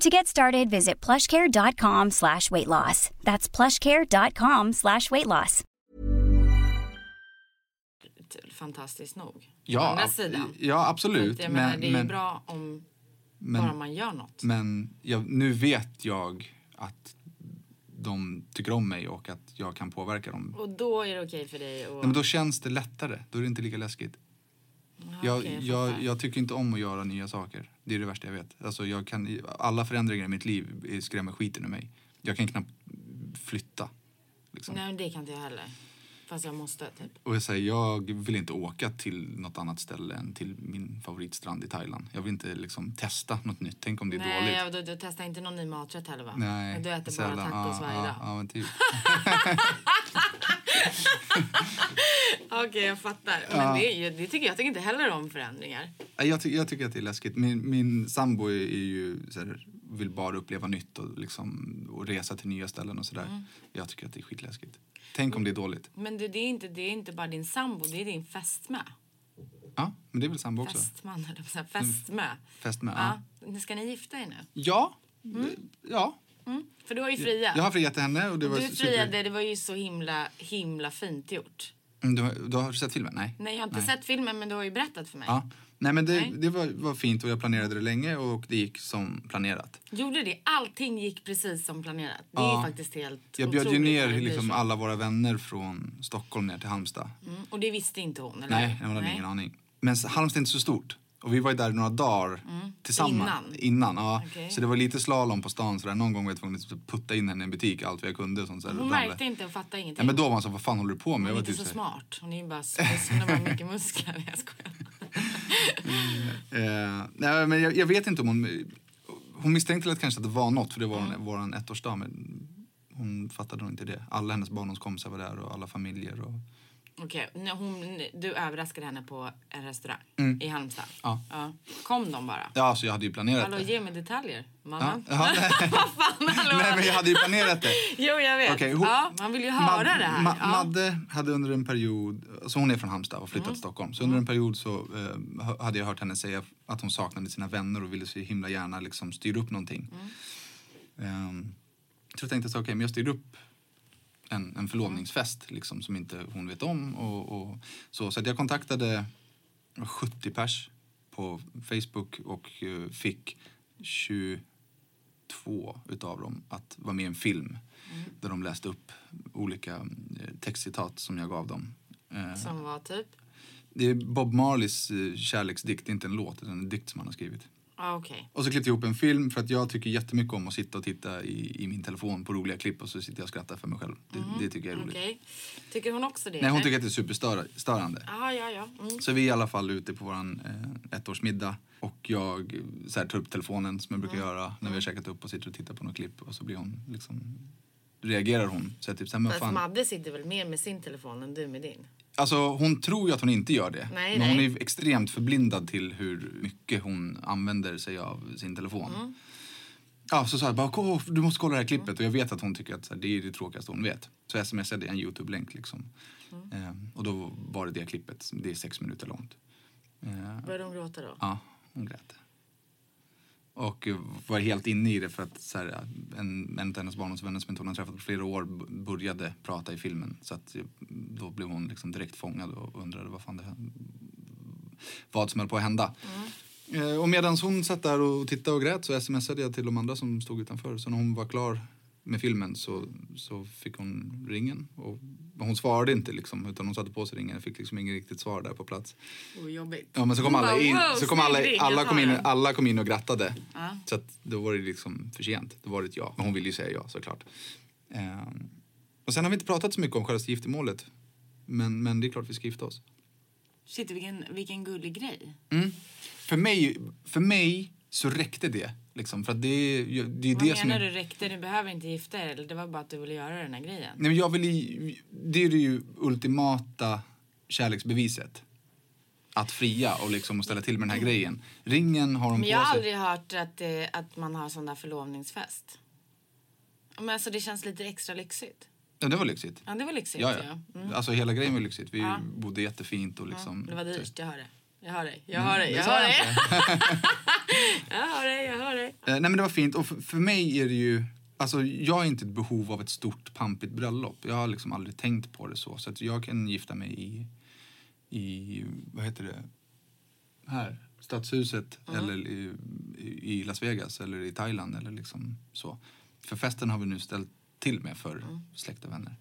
S3: To get started, visit plushcare.com slash weight loss. That's plushcare.com slash weight loss.
S2: t- typ, fantastiskt nog. Å
S1: Ja,
S2: andra
S1: ab-
S2: sidan.
S1: ja
S2: Så
S1: absolut.
S2: att, jag menar,
S1: men,
S2: det är ju
S1: men,
S2: bra om
S1: men,
S2: bara man gör något.
S1: Men jag, nu vet jag att de tycker om mig och att jag kan påverka dem.
S2: Och då är det okej för dig att...
S1: Nej, men då känns det lättare. Då är det inte lika läskigt. Jag,
S2: okej, jag
S1: jag,
S2: fattar.
S1: jag tycker inte om att göra nya saker. Det är det värsta jag vet. Alltså, jag kan, alla förändringar i mitt liv är- skrämmer skiten ur mig. Jag kan knappt flytta. Liksom.
S2: Nej, men det kan inte jag heller. Fast jag måste, typ.
S1: Och jag, säger, jag vill inte åka till något annat ställe än till min favoritstrand i Thailand. Jag vill inte liksom, testa något nytt. Tänk om det är
S2: Nej,
S1: dåligt.
S2: jag, du, du testar inte någon ny maträtt heller, va?
S1: Nej.
S2: Du äter
S1: sällan.
S2: bara tacos
S1: ja,
S2: varje
S1: ja,
S2: dag.
S1: Ja, men typ.
S2: Okej, jag fattar. Men det, är ju- det tycker jag tycker inte heller om förändringar.
S1: Nej, Jag, ty- jag tycker att det är läskigt. Min, min sambo är, är ju så här, vill bara uppleva nytt och, liksom, och resa till nya ställen och sådär.
S2: Mm.
S1: Jag tycker att det är skitläskigt. Tänk om det är dåligt.
S2: Men du, det, är inte, det är inte bara din sambo, det är din fästmö.
S1: Ja, men det är väl sambo också?
S2: Fästman, eller så här, fästmö.
S1: Fästmö, ja.
S2: Ja. Ska ni gifta er nu?
S1: Ja. Ja,
S2: För du har ju friat.
S1: Jag har friat till henne och det var
S2: Mm. Du
S1: super-
S2: friade, det var ju så himla, himla fint gjort.
S1: Mm, Du, har- du har sett filmen? Nej.
S2: Nej, jag har inte sett filmen men du har ju berättat för mig.
S1: Ja. Nej, men det,
S2: Nej.
S1: det var, var fint och jag planerade det länge och det gick som planerat.
S2: Gjorde det? Allting gick precis som planerat. Det är ju faktiskt helt
S1: Jag bjöd ju
S2: otroligt
S1: ner
S2: när det blir
S1: liksom
S2: så.
S1: alla våra vänner från Stockholm ner till Halmstad.
S2: Mm, Och det visste inte hon, eller
S1: Nej, jag hade ingen aning. Men s- Halmstad är inte så stort. Och vi var ju där några dagar tillsammans.
S2: Mm. Innan?
S1: ja.
S2: Okej.
S1: Så det var lite slalom på stan så där. någon gång var jag tvungen att typ putta in henne i en butik allt vad jag kunde. Sånt, så här,
S2: Hon
S1: ramlade.
S2: märkte inte och fattade ingenting.
S1: Nej, men då var man så vad fan håller du på med?
S2: hon
S1: Jag
S2: är
S1: var
S2: inte
S1: typ
S2: så
S1: här-
S2: smart. Hon är ju bara smuts. Hon har bara mycket muskler. Nej, Jag skojar.
S1: Eh, nej, men jag, jag vet inte om hon... Hon misstänkte väl att kanske att det var något, för det var
S2: Mm.
S1: vår ettårsdag. Men hon fattade nog inte det. Alla hennes barndomskompisar var där och alla familjer. Och,
S2: Okej, nu- hon, du överraskade henne på en restaurang i Halmstad.
S1: Mm. Ja.
S2: Kom de bara?
S1: ja, så jag hade ju planerat
S2: Hallå,
S1: det.
S2: ge mig detaljer, mamma.
S1: Ja, nej.
S2: Vad fan, hallå?
S1: Nej, men jag hade ju planerat det.
S2: Jo, jag vet.
S1: Okej, hon-
S2: ja, man vill ju höra
S1: Mad-
S2: det här.
S1: Ma-
S2: ja.
S1: Madde hade under en period, alltså hon är från Halmstad och
S2: Mm.
S1: flyttat till Stockholm. Så under en period så eh, hö- hade jag hört henne säga att hon saknade sina vänner och ville så himla gärna liksom styra upp någonting.
S2: Mm.
S1: Ehm, så jag tänkte så okej, men jag styr upp en, en förlovningsfest liksom som inte hon vet om. Och, och så så att jag kontaktade 70 pers på Facebook och eh, fick 20 två utav dem att vara med i en film där de läste upp olika eh, textcitat som jag gav dem. Eh,
S2: Som var typ?
S1: Det är Bob Marleys eh, kärleksdikt, inte en låt utan en dikt som han har skrivit.
S2: Ja, okej.
S1: Och så klippte jag ihop en film för att jag tycker jättemycket om att sitta och titta i, i min telefon på roliga klipp och så sitter jag och skrattar för mig själv. Det, det tycker jag är roligt.
S2: Okej. Tycker hon också det?
S1: Nej, hon
S2: eller?
S1: tycker att det är superstörande.
S2: Ja, ja, ja. Mm.
S1: Så vi är i alla fall ute på våran eh, ettårsmiddag och jag eh, så här, tar upp telefonen som jag brukar
S2: Mm.
S1: göra när vi har käkat upp och sitter och tittar på något klipp och så blir hon liksom reagerar hon. Så jag typ så här, men
S2: Fast
S1: fan.
S2: Madde sitter väl mer med sin telefon än du med din?
S1: Alltså hon tror ju att hon inte gör det.
S2: Nej,
S1: men
S2: nej.
S1: hon är ju extremt förblindad till hur mycket hon använder sig av sin telefon.
S2: Mm.
S1: Ja, så sa jag bara, "Gå, du måste kolla det här klippet. Och jag vet att hon tycker att så här, det är det tråkigaste hon vet. Så smsade jag en Youtube-länk liksom.
S2: Mm.
S1: Eh, och då var det det klippet. Det är sex minuter långt. Eh,
S2: Började hon gråta då?
S1: Ja, hon grät. Och eh, var helt inne i det för att så här, en, en av hennes barndomsvänner som inte hon har träffat på flera år b- började prata i filmen. Så att eh, då blev hon liksom direkt fångad och undrade vad fan det här, vad som höll på att hända. Eh, Och medan hon satt där och tittade och grät så smsade jag till de andra som stod utanför. Så när hon var klar med filmen så, så fick hon ringen. Och men hon svarade inte liksom utan hon satte på sig ringen. Jag fick liksom inget riktigt svar där på plats.
S2: Oh, jobbigt.
S1: Ja men så kom
S2: Hon
S1: alla
S2: bara,
S1: in,
S2: wow,
S1: så kom alla,
S2: snygg ring,
S1: alla,
S2: jag
S1: kom
S2: tar
S1: in,
S2: den.
S1: alla kom in och grattade. Så att då var det liksom för sent. Då var det ett ja. Men hon ville ju säga ja såklart. Ehm, och sen har vi inte pratat så mycket om själva giftermålet. Men, men det är klart vi ska gifta oss.
S2: Shit, vilken, vilken gullig grej.
S1: För mig, för mig så räckte det. Liksom, för att det, är ju- det är
S2: Vad
S1: det som
S2: menar
S1: är-
S2: du räckte? Du behöver inte gifta er. eller Det var bara att du ville göra den här grejen.
S1: Nej, men jag vill ju, det är ju ultimata kärleksbeviset. Att fria och liksom och ställa till med den här grejen. Ringen har hon
S2: Mm. Men
S1: på
S2: jag har
S1: sig.
S2: aldrig hört att, det, att man har sån där förlovningsfest. Men alltså det känns lite extra lyxigt.
S1: Ja, det var lyxigt.
S2: Ja, det var lyxigt.
S1: Ja, ja. Alltså hela grejen var lyxigt. Vi bodde jättefint och liksom...
S2: Mm. Det var dyrt, jag hör det. Jag hör dig, jag hör dig, jag hör
S1: Mm, jag
S2: dig. jag hör dig, jag hör dig.
S1: Eh, nej men det var fint och för, för mig är det ju... Alltså jag är inte i behov av ett stort pampigt bröllop. Jag har liksom aldrig tänkt på det så. Så att jag kan gifta mig i... I... Vad heter det? Här. Stadshuset eller i, i i Las Vegas eller i Thailand eller liksom så. För festen har vi nu ställt till med för
S2: Mm.
S1: släkt och vänner.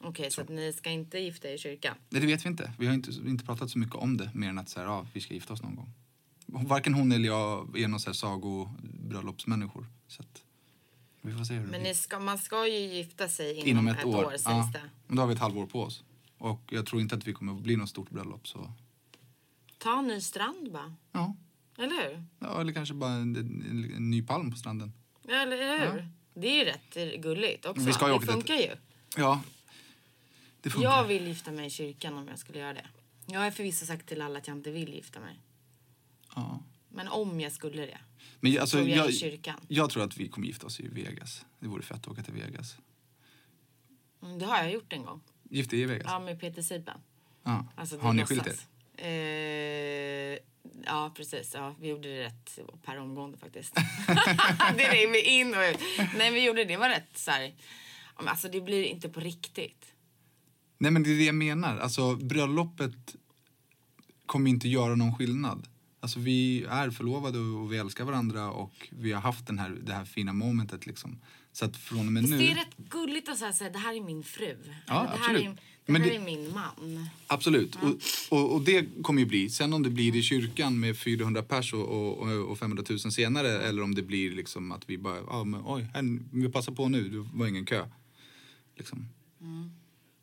S2: Okej, så att ni ska inte gifta er i kyrkan?
S1: Nej, det vet vi inte. Vi har inte, inte pratat så mycket om det mer än att så här, ja, vi ska gifta oss någon gång. Varken hon eller jag är någon så här sagobröllopsmänniskor. Så att, vi får se hur det
S2: Men
S1: blir.
S2: ni ska, man ska ju gifta sig inom,
S1: Inom ett, år.
S2: sägs
S1: ja.
S2: det.
S1: Men då har vi ett halvår på oss. Och jag tror inte att vi kommer att bli något stort bröllop. Så,
S2: Ta en ny strand bara,
S1: ja.
S2: eller hur?
S1: ja, eller kanske bara en, en, en ny palm på stranden.
S2: Eller hur? Det är ju rätt gulligt också.
S1: Vi ska ju
S2: det
S1: åka dit.
S2: funkar ju.
S1: Ja, det funkar.
S2: Jag vill gifta mig i kyrkan om jag skulle göra det. Jag har förvisso sagt till alla att jag inte vill gifta mig.
S1: Ja.
S2: Men om jag skulle det.
S1: Men jag, alltså,
S2: Tror jag i
S1: jag,
S2: kyrkan.
S1: jag tror att vi kommer gifta oss i Vegas. Det vore fett att åka till Vegas.
S2: Mm, Det har jag gjort en gång.
S1: Gift er i Vegas?
S2: Ja, med Peter Sipen.
S1: Ja.
S2: Alltså, det
S1: har ni
S2: låtsas.
S1: skilt er?
S2: Eh, ja precis. Ja, vi gjorde det rätt per omgående faktiskt. det är vi in och ut. Nej, vi gjorde det. Det var rätt så här... ja, men Alltså det blir inte på riktigt.
S1: Nej, men det är det jag menar. Alltså, bröllopet kommer inte göra någon skillnad. Alltså, vi är förlovade och vi älskar varandra och vi har haft den här, det här fina momentet. Liksom. Så att från och med
S2: Fast
S1: nu...
S2: det är rätt gulligt att så här säga det här är min fru.
S1: Ja,
S2: Eller, det här,
S1: absolut.
S2: är, det
S1: Men
S2: här
S1: det-
S2: är min man.
S1: Absolut. Och, och, och det kommer ju bli. Sen om det blir i kyrkan med 400 pers och, och, och 500 000 senare eller om det blir liksom att vi bara, ah, men, oj, här, vi passar på nu, det var ingen kö. Liksom.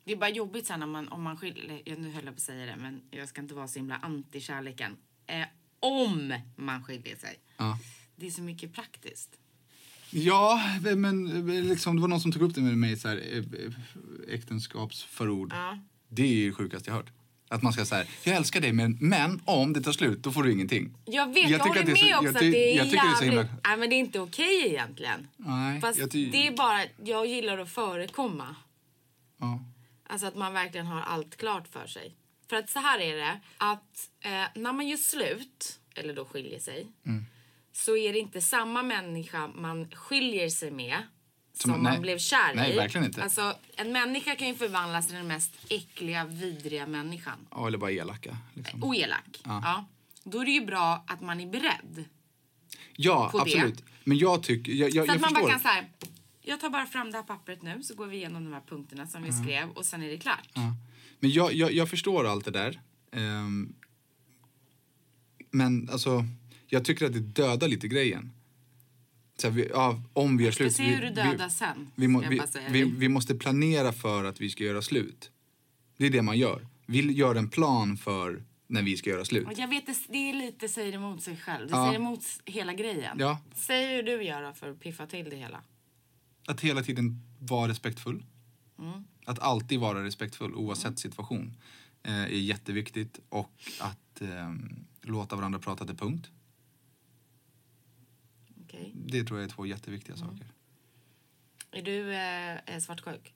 S2: Det är bara jobbigt sen när man, om man skiljer, jag nu höll jag på att säga det men jag ska inte vara så himla anti-kärleken. Eh, om man skiljer sig.
S1: Ja.
S2: Det är så mycket praktiskt.
S1: Ja, men eh, liksom, det var någon som tog upp det med mig, så här, eh, eh, äktenskapsförord. Det är ju det sjukaste jag hört. Att man ska säga jag älskar dig men, men om det tar slut då får du ingenting.
S2: Jag vet, jag,
S1: tycker
S2: håller
S1: att
S2: med
S1: det är så-
S2: också
S1: jag
S2: att
S1: ty-
S2: det är
S1: jag tycker det är så
S2: jävligt...
S1: himla-
S2: Nej men det är inte okej egentligen.
S1: Nej,
S2: Fast
S1: jag ty-
S2: det är bara, jag gillar att förekomma.
S1: Ja.
S2: Alltså att man verkligen har allt klart för sig. För att så här är det, att eh, när man gör slut, eller då skiljer sig,
S1: Mm.
S2: så är det inte samma människa man skiljer sig med som,
S1: Som-
S2: man
S1: nej.
S2: blev kär i.
S1: Nej, verkligen inte.
S2: Alltså, en människa kan ju förvandlas till den mest äckliga, vidriga människan.
S1: Ja, eller bara elaka. Liksom.
S2: Och elak. Ja. Då är det ju bra att man är beredd.
S1: Ja,
S2: på det.
S1: absolut. Men jag tycker, jag, jag,
S2: Så att man
S1: jag
S2: bara
S1: förstår.
S2: kan säga, jag tar bara fram det här pappret nu så går vi igenom de här punkterna som vi skrev och sen är det klart.
S1: Mm. Ja. Men jag, jag, jag förstår allt det där. Ehm, men alltså, jag tycker att det dödar lite grejen. Så här, vi, ja, om vi gör
S2: ska
S1: slut.
S2: se
S1: vi-
S2: hur du dödar
S1: vi,
S2: sen,
S1: Vi, må,
S2: ska jag
S1: vi,
S2: bara säga.
S1: vi, vi måste planera för att vi ska göra slut. Det är det man gör. Vi gör en plan för när vi ska göra slut.
S2: Och jag vet, det, det är lite säger emot sig själv. Det
S1: Ja.
S2: säger emot s- hela grejen.
S1: Ja.
S2: Säg hur du gör då för att piffa till det hela.
S1: Att hela tiden vara respektfull.
S2: Mm.
S1: Att alltid vara respektfull oavsett situation eh, är jätteviktigt. Och att ehm, låta varandra prata till punkt.
S2: Okej.
S1: Det tror jag är två jätteviktiga
S2: Mm.
S1: saker.
S2: Är du eh, eh, svartsjuk?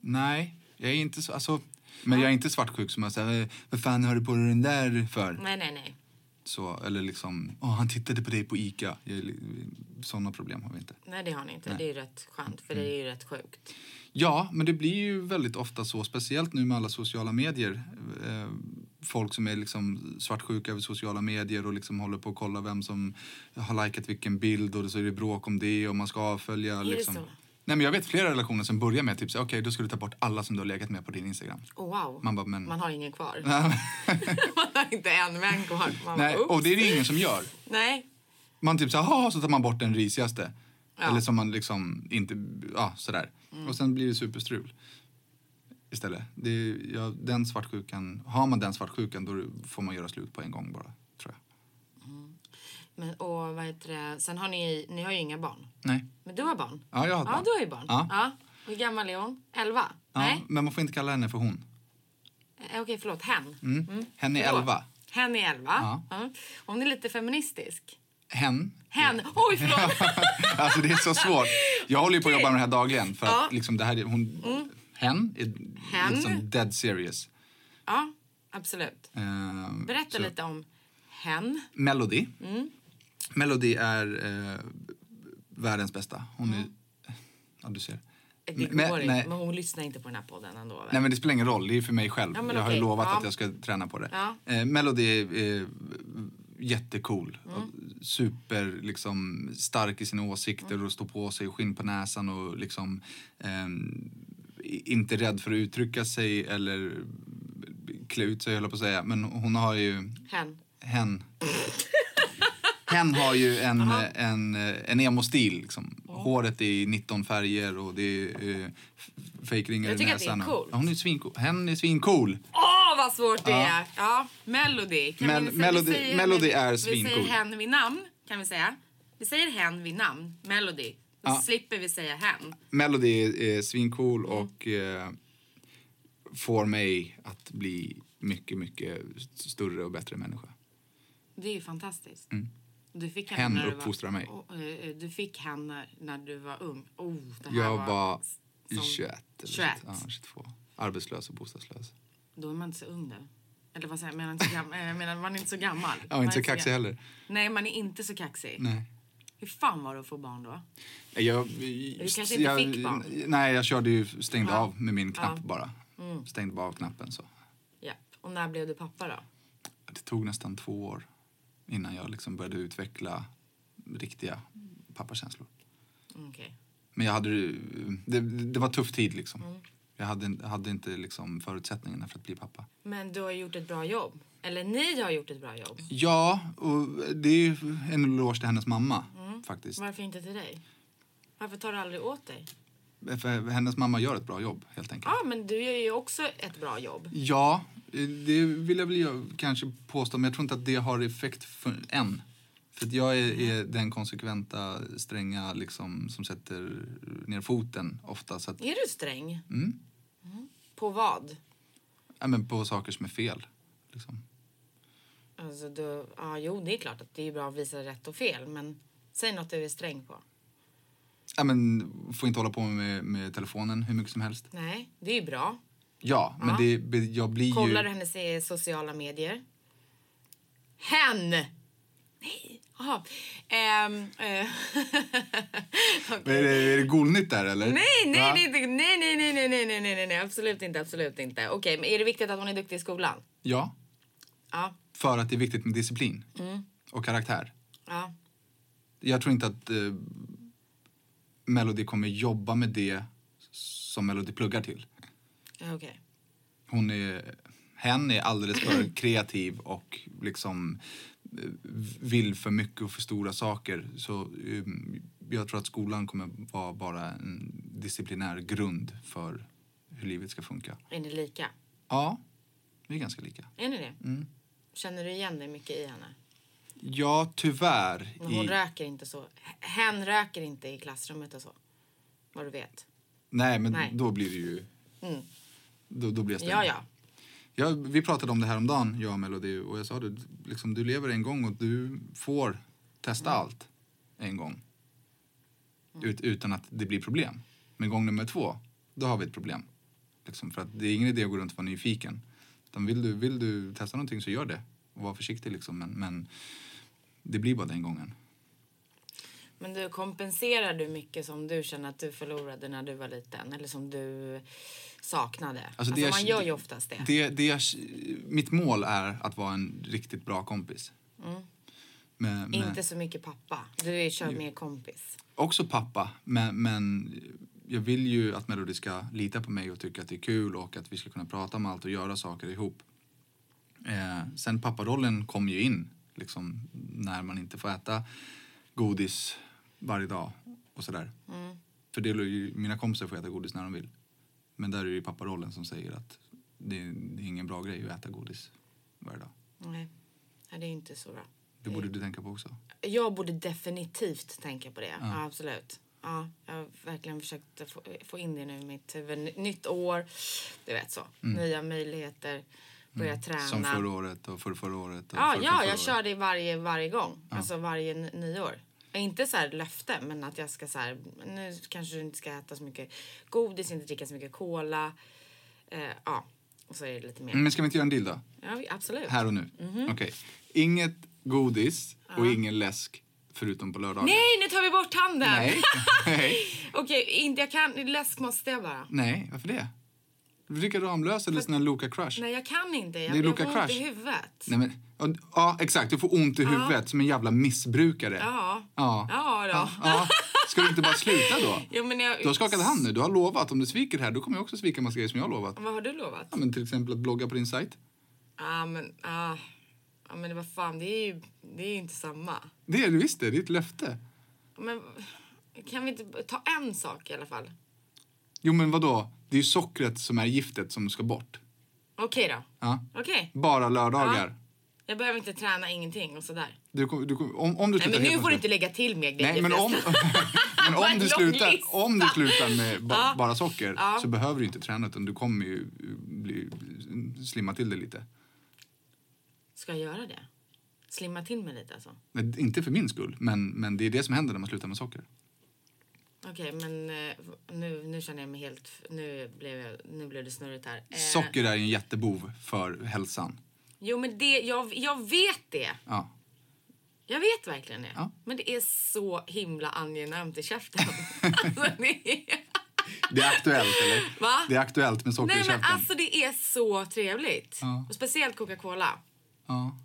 S1: Nej, jag är inte så... Alltså, men jag är inte svartsjuk som jag säger, "Eh, vad fan har du på dig den där för?
S2: Nej, nej, nej.
S1: Så, eller liksom, åh han tittade på dig på ICA. Jag är li- Såna problem har vi inte.
S2: Nej, det har ni inte. Det är ju rätt skönt, för det är ju
S1: Mm.
S2: rätt sjukt.
S1: Ja, men det blir ju väldigt ofta så, speciellt nu med alla sociala medier. Eh, folk som är liksom svartsjuka över sociala medier och liksom håller på att kolla vem som har likat vilken bild och så är det bråk om det och man ska avfölja.
S2: det
S1: liksom.
S2: så?
S1: Nej, men jag vet flera relationer som börjar med typ så här, okej då ska du ta bort alla som du har legat med på din Instagram.
S2: Oh, wow.
S1: Man bara, men-
S2: man har ingen kvar. man har inte en vän kvar. Man
S1: Nej,
S2: bara,
S1: och
S2: "Oops."
S1: det är det ingen som gör.
S2: Nej.
S1: Man typ såhär, "Haha", så tar man bort den risigaste. Eller som man liksom inte, ja sådär.
S2: Mm.
S1: Och sen blir det superstrul. Istället. Det är, ja, den svartsjukan, har man den svartsjukan då får man göra slut på en gång bara. Tror jag.
S2: Men, och vad heter det? Sen har ni, ni har ju inga barn.
S1: Nej.
S2: Men du har barn.
S1: Ja, jag har ett
S2: Ja,
S1: barn.
S2: du har ju barn.
S1: Ja.
S2: Hur gammal är hon? Elva?
S1: Ja,
S2: Nej?
S1: men man får inte kalla henne för hon.
S2: Eh, Okej, förlåt. Hen.
S1: Mm. Hen är
S2: Förlåt.
S1: elva.
S2: Hen är elva.
S1: Ja.
S2: Mm. Hon är lite feministisk.
S1: Hen.
S2: Hen. Oj, förlåt!
S1: Alltså det är så svårt. Jag håller ju på att jobba med det här dagligen. För
S2: Ja. Mm.
S1: att liksom det här är, hon, hen är
S2: Hen.
S1: liksom dead serious.
S2: ja, absolut.
S1: Ehm,
S2: Berätta
S1: så-
S2: lite om hen.
S1: Melody.
S2: Mm.
S1: Melody är eh, världens bästa. Hon är... Ja, du ser.
S2: Mm. Det
S1: Men-
S2: går
S1: men-
S2: inte,
S1: nej.
S2: men hon lyssnar inte på den här podden ändå. Väl?
S1: Nej, men det spelar ingen roll. Det är för mig själv.
S2: Ja, men
S1: jag har ju
S2: okej.
S1: lovat
S2: Ja.
S1: att jag ska träna på det.
S2: Ja.
S1: Eh, Melody är eh, jättecool.
S2: Mm.
S1: Och Super, liksom, stark i sina åsikter
S2: Mm.
S1: och står på sig, skinn på näsan och liksom ehm, i- inte rädd för att uttrycka sig eller klä ut sig, höll jag på att säga. Men hon har ju
S2: Hen.
S1: hen. hen har ju en, en, en emo-stil. Liksom. Håret är i 19 färger och det är uh, fejkringar i
S2: Jag tycker att det är
S1: näsan. och-
S2: coolt.
S1: Ja, hon är svincool. Hen är svincool.
S2: Åh, vad svårt det är! Ja, Melody. Kan
S1: Men
S2: vi, säga-
S1: Melody-
S2: vi säger,
S1: Melody är
S2: Vi
S1: svincool.
S2: säger hen vid namn, kan vi säga. Vi säger hen vid namn, Melody. Då slipper vi säga hen.
S1: Melody är, är svincool
S2: Mm.
S1: och eh, får mig att bli mycket, mycket st- större och bättre människa.
S2: Det är ju fantastiskt. Du fick
S1: Mm. Hen
S2: när du var-
S1: uppfostrar mig.
S2: Oh, eh, eh, Du fick henne när du var ung. Oh, det här
S1: Jag var
S2: s- som-
S1: 21, eller
S2: 21.
S1: Ja, 22. Arbetslös och bostadslös.
S2: Då är man inte så ung nu. Eller vad säger jag? Menar inte så gam- eh, jag menar, man är inte så gammal.
S1: Ja,
S2: Man
S1: inte så
S2: är gam-
S1: kaxig heller.
S2: Nej, man är inte så kaxig.
S1: Nej.
S2: Hur fan var det att få barn då?
S1: Nej, Jag,
S2: kanske inte fick barn.
S1: Nej, jag körde ju, stängde av med min knapp bara.
S2: Mm.
S1: Stängde bara av knappen så.
S2: Japp. Och när blev du pappa då?
S1: Det tog nästan två år innan jag liksom började utveckla riktiga pappakänslor.
S2: Mm, Okej.
S1: Men jag hade, det, det var en tuff tid liksom.
S2: Mm.
S1: Jag hade, hade inte liksom förutsättningarna för att bli pappa.
S2: Men du har gjort ett bra jobb. Eller ni har gjort ett bra jobb.
S1: Ja, och det är ju en eloge till hennes mamma
S2: Mm.
S1: faktiskt.
S2: Varför inte till dig? Varför tar du aldrig åt dig?
S1: För hennes mamma gör ett bra jobb helt enkelt.
S2: Ja, men du gör ju också ett bra jobb.
S1: Ja, eh, det vill jag väl jag kanske påstå, men jag tror inte att det har effekt för än. För att jag är, är den konsekventa, stränga liksom, som sätter ner foten ofta. Så att,
S2: Är du sträng? Mm. På vad?
S1: ja, men på saker som är fel. Liksom.
S2: Alltså, du, ja, jo, det är klart att det är bra att visa rätt och fel, men säg något du är sträng på.
S1: Ja, men, får inte hålla på med, med telefonen hur mycket som helst.
S2: Nej, det är ju bra.
S1: Ja, men det, be- jag blir
S2: Kollar
S1: ju...
S2: hennes eh, sociala medier. Hen! Nej, jaha. Ehm, eh,
S1: Är det, är det golnytt där eller?
S2: Nej, nej,
S1: Va?
S2: nej, nej, nej, nej, nej, nej, nej, nej, nej, nej, absolut inte, absolut inte. Okej, men är det viktigt att hon är duktig i skolan?
S1: Ja,
S2: Ja,
S1: för att det är viktigt med disciplin
S2: Mm.
S1: och karaktär.
S2: ja.
S1: Jag tror inte att eh, Melody kommer jobba med det som Melody pluggar till.
S2: Ja, Okej.
S1: Hon är, hen är alldeles för kreativ och liksom eh, vill för mycket och för stora saker. Så eh, jag tror att skolan kommer vara bara en disciplinär grund för hur livet ska funka.
S2: Är ni lika?
S1: Ja, vi är ganska lika.
S2: Är ni det? Mm. Känner du igen dig mycket i henne?
S1: Ja, tyvärr.
S2: Men hon
S1: i-
S2: röker inte så. H- Hen röker inte i klassrummet och så. Vad du vet.
S1: Nej, men
S2: Nej. Mm.
S1: då blir det ju... Då, då blir jag stängd.
S2: Ja, ja.
S1: Ja, vi pratade om det här om dagen, jag och Melody, och jag sa det, liksom, du lever en gång och du får testa
S2: Mm.
S1: allt en gång. Ut, utan att det blir problem. Men gång nummer två, då har vi ett problem. Liksom, för att det är ingen idé att gå runt och vara nyfiken. Utan vill, du, vill du testa någonting så gör det. Och var försiktig liksom, men, men det blir bara den gången.
S2: Men du, kompenserar du mycket som du känner att du förlorade när du var liten? Eller som du saknade? Alltså,
S1: jag-
S2: man gör ju oftast det.
S1: det, det jag, mitt mål är att vara en riktigt bra kompis. Men, men-
S2: Mm. Inte så mycket pappa. Du är, kör mer kompis.
S1: också pappa, men, men jag vill ju att Melody ska lita på mig och tycka att det är kul och att vi ska kunna prata om allt och göra saker ihop. Eh, sen papparollen kom ju in liksom, när man inte får äta godis varje dag och sådär.
S2: Mm.
S1: För det, är ju- mina kompisar får äta godis när de vill. Men där är det ju papparollen som säger att det, det är ingen bra grej att äta godis varje dag.
S2: Nej. Nej, det är ju inte så bra.
S1: Det
S2: Mm.
S1: borde du tänka på också.
S2: Jag borde definitivt tänka på det. Ja. absolut. Ja, jag har verkligen försökt få, få in det nu i mitt huvud. Nytt år, du vet så. Nya möjligheter, börja träna.
S1: Som förra året och förra, förra året. Och
S2: Ja,
S1: förrförra
S2: ja
S1: året.
S2: jag kör det varje, varje gång. Alltså varje ny- nyår. Inte så här löfte, men att jag ska så här... Nu kanske du inte ska äta så mycket godis, inte dricka så mycket cola. Eh, ja, och så är det lite mer.
S1: Men ska vi inte göra en deal då?
S2: Ja, vi- absolut.
S1: Mm. Här och nu?
S2: Mhm.
S1: Okej. Inget godis och ingen läsk förutom på lördagar.
S2: Nej, nu tar vi bort handen!
S1: Nej. Nej.
S2: Okej, inte jag kan... Läsk måste jag bara.
S1: Nej, varför det? Du dricker Ramlösa eller sån här Loka Crush.
S2: Nej, jag kan inte. Jag,
S1: Det är
S2: jag
S1: Luca
S2: får ont
S1: Crush.
S2: i huvudet.
S1: Nej, men, ja, ja, exakt. Du får ont i huvudet som en jävla missbrukare.
S2: Ja.
S1: Ja.
S2: Ja, då.
S1: ja. Ska du inte bara sluta då?
S2: Jo, men jag...
S1: Du har skakat hand nu. Du har lovat. Om du sviker här, då kommer jag också svika massa grejer som jag har lovat.
S2: Vad har du lovat?
S1: Ja, men till exempel att blogga på din sajt.
S2: ah, men... Ah. Ja, men vad fan, det är ju, det är ju inte samma.
S1: Det är det visst det. Det är ett löfte.
S2: Men kan vi inte ta en sak i alla fall?
S1: Jo, men vadå? Det är ju sockret som är giftet som ska bort.
S2: Okej då.
S1: Ja.
S2: Okej.
S1: Bara lördagar.
S2: Ja. Jag behöver inte träna ingenting och sådär.
S1: Du, kommer- du, kommer- om, om du
S2: Nej
S1: slutar
S2: men nu
S1: helt
S2: får du
S1: med-
S2: inte lägga till mer grejer
S1: Nej, men om,
S2: förresten.
S1: men
S2: Vad
S1: om,
S2: en
S1: du
S2: lång
S1: slutar,
S2: lista.
S1: om du slutar med ba,
S2: Ja.
S1: bara socker
S2: Ja.
S1: så behöver du inte träna utan du kommer ju bli, slimma till det lite.
S2: Ska jag göra det? Slimma till mig lite alltså.
S1: Men, inte för min skull, men, men det är det som händer när man slutar med socker.
S2: Okej men eh, nu, nu känner jag mig helt... Nu blev, jag, nu blev det snurrigt här. Eh,
S1: Socker är ju en jättebov för hälsan.
S2: Jo, men det, jag, jag vet det.
S1: Ja.
S2: Jag vet verkligen det.
S1: Ja.
S2: Men det är så himla angenämt i käften. alltså, det är...
S1: Det är aktuellt, eller?
S2: Va?
S1: Det är aktuellt med socker
S2: Nej,
S1: i
S2: men
S1: käften.
S2: alltså det är så trevligt.
S1: Ja.
S2: Och speciellt Coca-Cola,
S1: ja.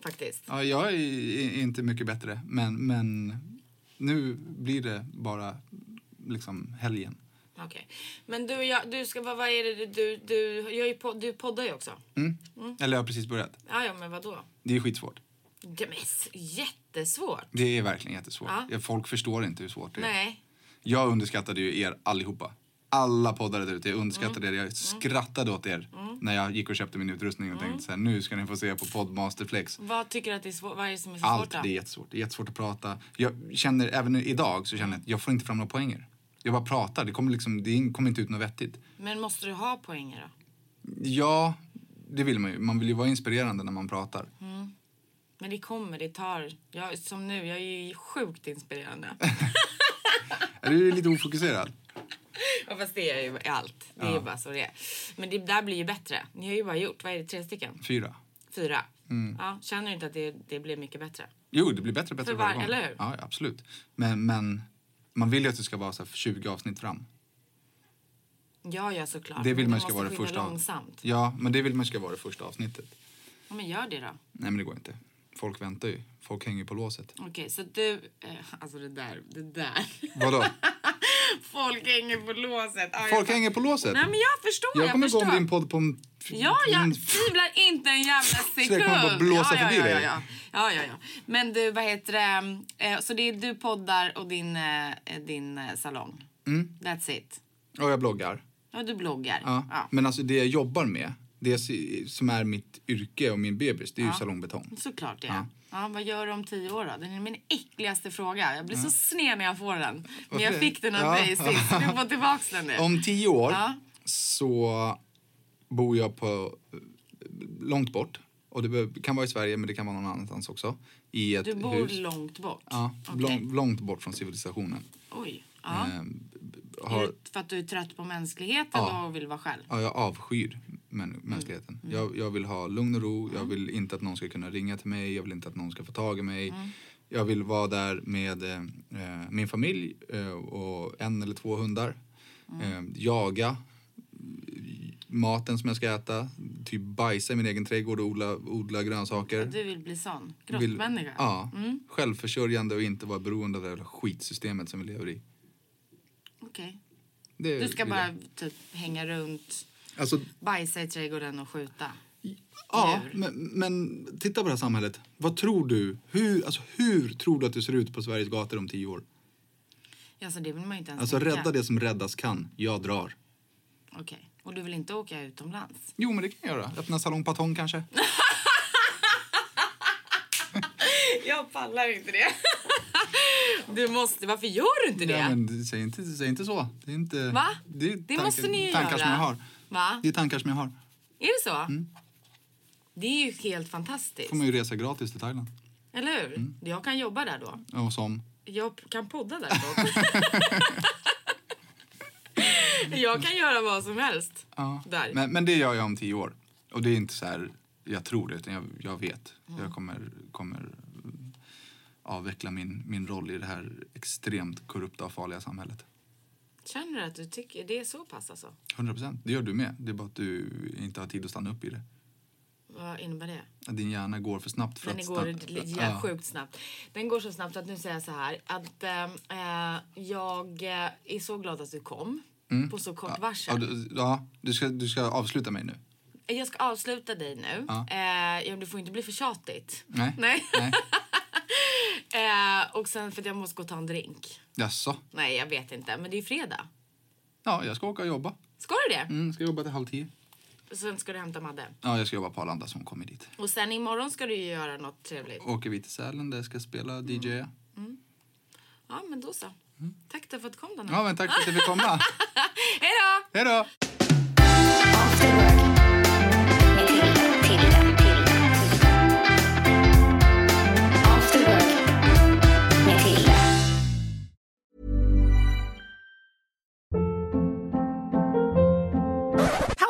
S2: faktiskt.
S1: ja, jag är i- inte mycket bättre, men, men nu blir det bara liksom helgen.
S2: Okej. Men du, och jag, du ska, vad, vad är det du, du, jag är ju pod, du poddar ju också.
S1: Mm. Eller jag har precis börjat.
S2: Ja, ja, men vadå?
S1: Det är skitsvårt.
S2: Det är s- jättesvårt.
S1: Det är verkligen jättesvårt.
S2: Ja.
S1: Folk förstår inte hur svårt det är.
S2: Nej.
S1: Jag underskattade ju er allihopa. Alla poddare där ute, jag underskattade
S2: Mm.
S1: er. Jag skrattade åt er när jag gick och köpte min utrustning
S2: Mm.
S1: och tänkte så här, nu ska ni få se på Podmasterflex.
S2: Vad tycker du att det är svårt? Vad är det som är så Mm. svårt
S1: Allt,
S2: då?
S1: det är jättesvårt. Det är jättesvårt att prata. Jag känner, även nu idag så känner jag att jag får inte fram några poänger. Jag bara pratar, det kommer, liksom, det kommer inte ut något vettigt.
S2: Men måste du ha poänger då?
S1: Ja, det vill man ju. Man vill ju vara inspirerande när man pratar.
S2: Mm. Men det kommer, det tar. Jag, som nu, jag är ju sjukt inspirerande.
S1: Är du lite ofokuserad?
S2: ja, fast det är jag ju i allt. Det är ju bara så det är. Men det där blir ju bättre. Ni har ju bara gjort, vad är det, tre stycken?
S1: Fyra.
S2: Fyra?
S1: Mm.
S2: Ja, känner du inte att det, det blir mycket bättre?
S1: Jo, det blir bättre och bättre
S2: För var-
S1: varje gång.
S2: eller hur?
S1: Ja, ja, absolut. Men, men man vill ju att det ska vara så här 20 avsnitt fram.
S2: Ja, ja såklart.
S1: Det vill
S2: Men
S1: man
S2: du
S1: ska
S2: måste
S1: vara det
S2: skynda
S1: första av-
S2: långsamt.
S1: Ja, men det vill man ska vara det första avsnittet.
S2: Ja, men gör det då.
S1: Nej, men det går inte. Folk väntar ju. Folk hänger ju på låset.
S2: Okej, så du... Eh, alltså det där, det där.
S1: Vadå?
S2: Folk hänger på låset. Ja, jag
S1: Folk
S2: fa-
S1: hänger på låset?
S2: Nej, men jag förstår.
S1: Jag kommer
S2: förstår.
S1: gå om din podd på en...
S2: Ja, jag
S1: en-
S2: tvivlar inte en jävla sekund.
S1: jag kommer bara blåsa
S2: ja, ja,
S1: förbi
S2: ja,
S1: dig.
S2: Ja, ja, ja, ja. Men du, vad heter det? Eh, Så det är du poddar och din, eh, din eh, salong. That's it.
S1: Ja, jag bloggar.
S2: Ja, du bloggar.
S1: Mm. Ja. Men alltså det jag jobbar med, det s- som är mitt yrke och min bebis, det är ju salongbetong.
S2: Såklart det. Ja.
S1: Ja.
S2: vad gör du om tio år då? Den är min äckligaste fråga. Jag blir så sned när jag får den. Men jag
S1: Varför?
S2: fick den av
S1: Ja.
S2: dig sist. Du får tillbaka den nu.
S1: Om tio år
S2: Ja.
S1: så bor jag på eh, långt bort. Och det be- kan vara i Sverige, men det kan vara någon annanstans också. I ett
S2: Du bor
S1: hus.
S2: långt bort.
S1: Ja,
S2: Okej.
S1: lång, långt bort från civilisationen.
S2: Oj. Ja.
S1: Ehm, b- b-
S2: Är
S1: Har,
S2: det för att du är trött på mänskligheten
S1: Ja.
S2: och vill vara själv?
S1: ja, jag avskyr män, mänskligheten.
S2: Mm.
S1: Jag, jag vill ha lugn och ro, jag vill inte att någon ska kunna ringa till mig, jag vill inte att någon ska få tag i mig. Jag vill vara där med eh, eh, min familj eh, och en eller två hundar. Eh, jaga eh, maten som jag ska äta, typ bajsa i min egen trädgård och odla, odla grönsaker.
S2: Du Mm. vill bli sån?
S1: Vill-
S2: Grottmänniska?
S1: Ja, självförsörjande och inte vara beroende av det här skitsystemet som vi lever i.
S2: Okej.
S1: Det
S2: Du ska
S1: vill jag.
S2: bara typ hänga runt,
S1: Alltså,
S2: bajsa i trädgården och skjuta.
S1: Ja, men, men titta på det här samhället. Vad tror du? Hur, alltså, hur tror du att det ser ut på Sveriges gator om tio år?
S2: Alltså det vill man ju inte ens
S1: Alltså
S2: tänka.
S1: rädda det som räddas kan. Jag drar.
S2: Okej. Och du vill inte åka utomlands?
S1: Jo, men det kan jag göra. Öppna Salong Patong kanske.
S2: Jag pallar inte det. du måste, varför gör du inte det?
S1: Nej, men säg inte, säg inte så. Det är inte...
S2: Va?
S1: Det, är
S2: Det måste ni ju
S1: tankar
S2: göra.
S1: som jag har.
S2: Va?
S1: Det är tankar som jag har.
S2: Är det så? Det är ju helt fantastiskt.
S1: Mm. Får man Mm. ju resa gratis till Thailand.
S2: Eller hur? Jag kan jobba där då.
S1: Och som...
S2: Jag kan podda därifrån. jag kan göra vad som helst
S1: Ja.
S2: där.
S1: Men, men det gör jag om tio år. Och det är inte så här, jag tror det, utan jag, jag vet.
S2: Mm.
S1: Jag kommer, kommer avveckla min, min roll i det här extremt korrupta och farliga samhället.
S2: Känner du att du tycker det är så pass alltså?
S1: 100 procent. Det gör du med. Det är bara att du inte har tid att stanna upp i det.
S2: Vad innebär det?
S1: Att din hjärna går för snabbt för
S2: Den
S1: att...
S2: går
S1: stanna-
S2: li- ja,
S1: Ja.
S2: sjukt snabbt. Den går så snabbt att nu säger jag så här att ehm, eh, jag eh, är så glad att du kom på så kort
S1: Mm. Ja,
S2: varsel. Eh,
S1: du, ja, du ska, du ska avsluta mig nu.
S2: Jag ska avsluta dig nu.
S1: Ja.
S2: Eh, ja, men det får inte bli för tjatigt.
S1: Nej.
S2: Nej.
S1: Nej.
S2: eh, och sen för att jag måste gå och ta en drink.
S1: Jaså?
S2: Nej, jag vet inte. Men det är ju fredag.
S1: Ja, jag ska åka och jobba.
S2: Ska du det?
S1: Mm, ska jobba till halv tio.
S2: Sen ska du hämta Madde.
S1: Ja, jag ska jobba på Arlanda som kommer dit.
S2: Och sen imorgon ska du ju göra något trevligt.
S1: Åker vi till Sälen där jag ska spela DJ.
S2: Mm. Ja, men då så. Tack då för att du kom då.
S1: Ja, men tack för att jag fick komma.
S2: Hej då!
S1: Hej då!
S4: After work. Med Tilda. After work. Med Tilda.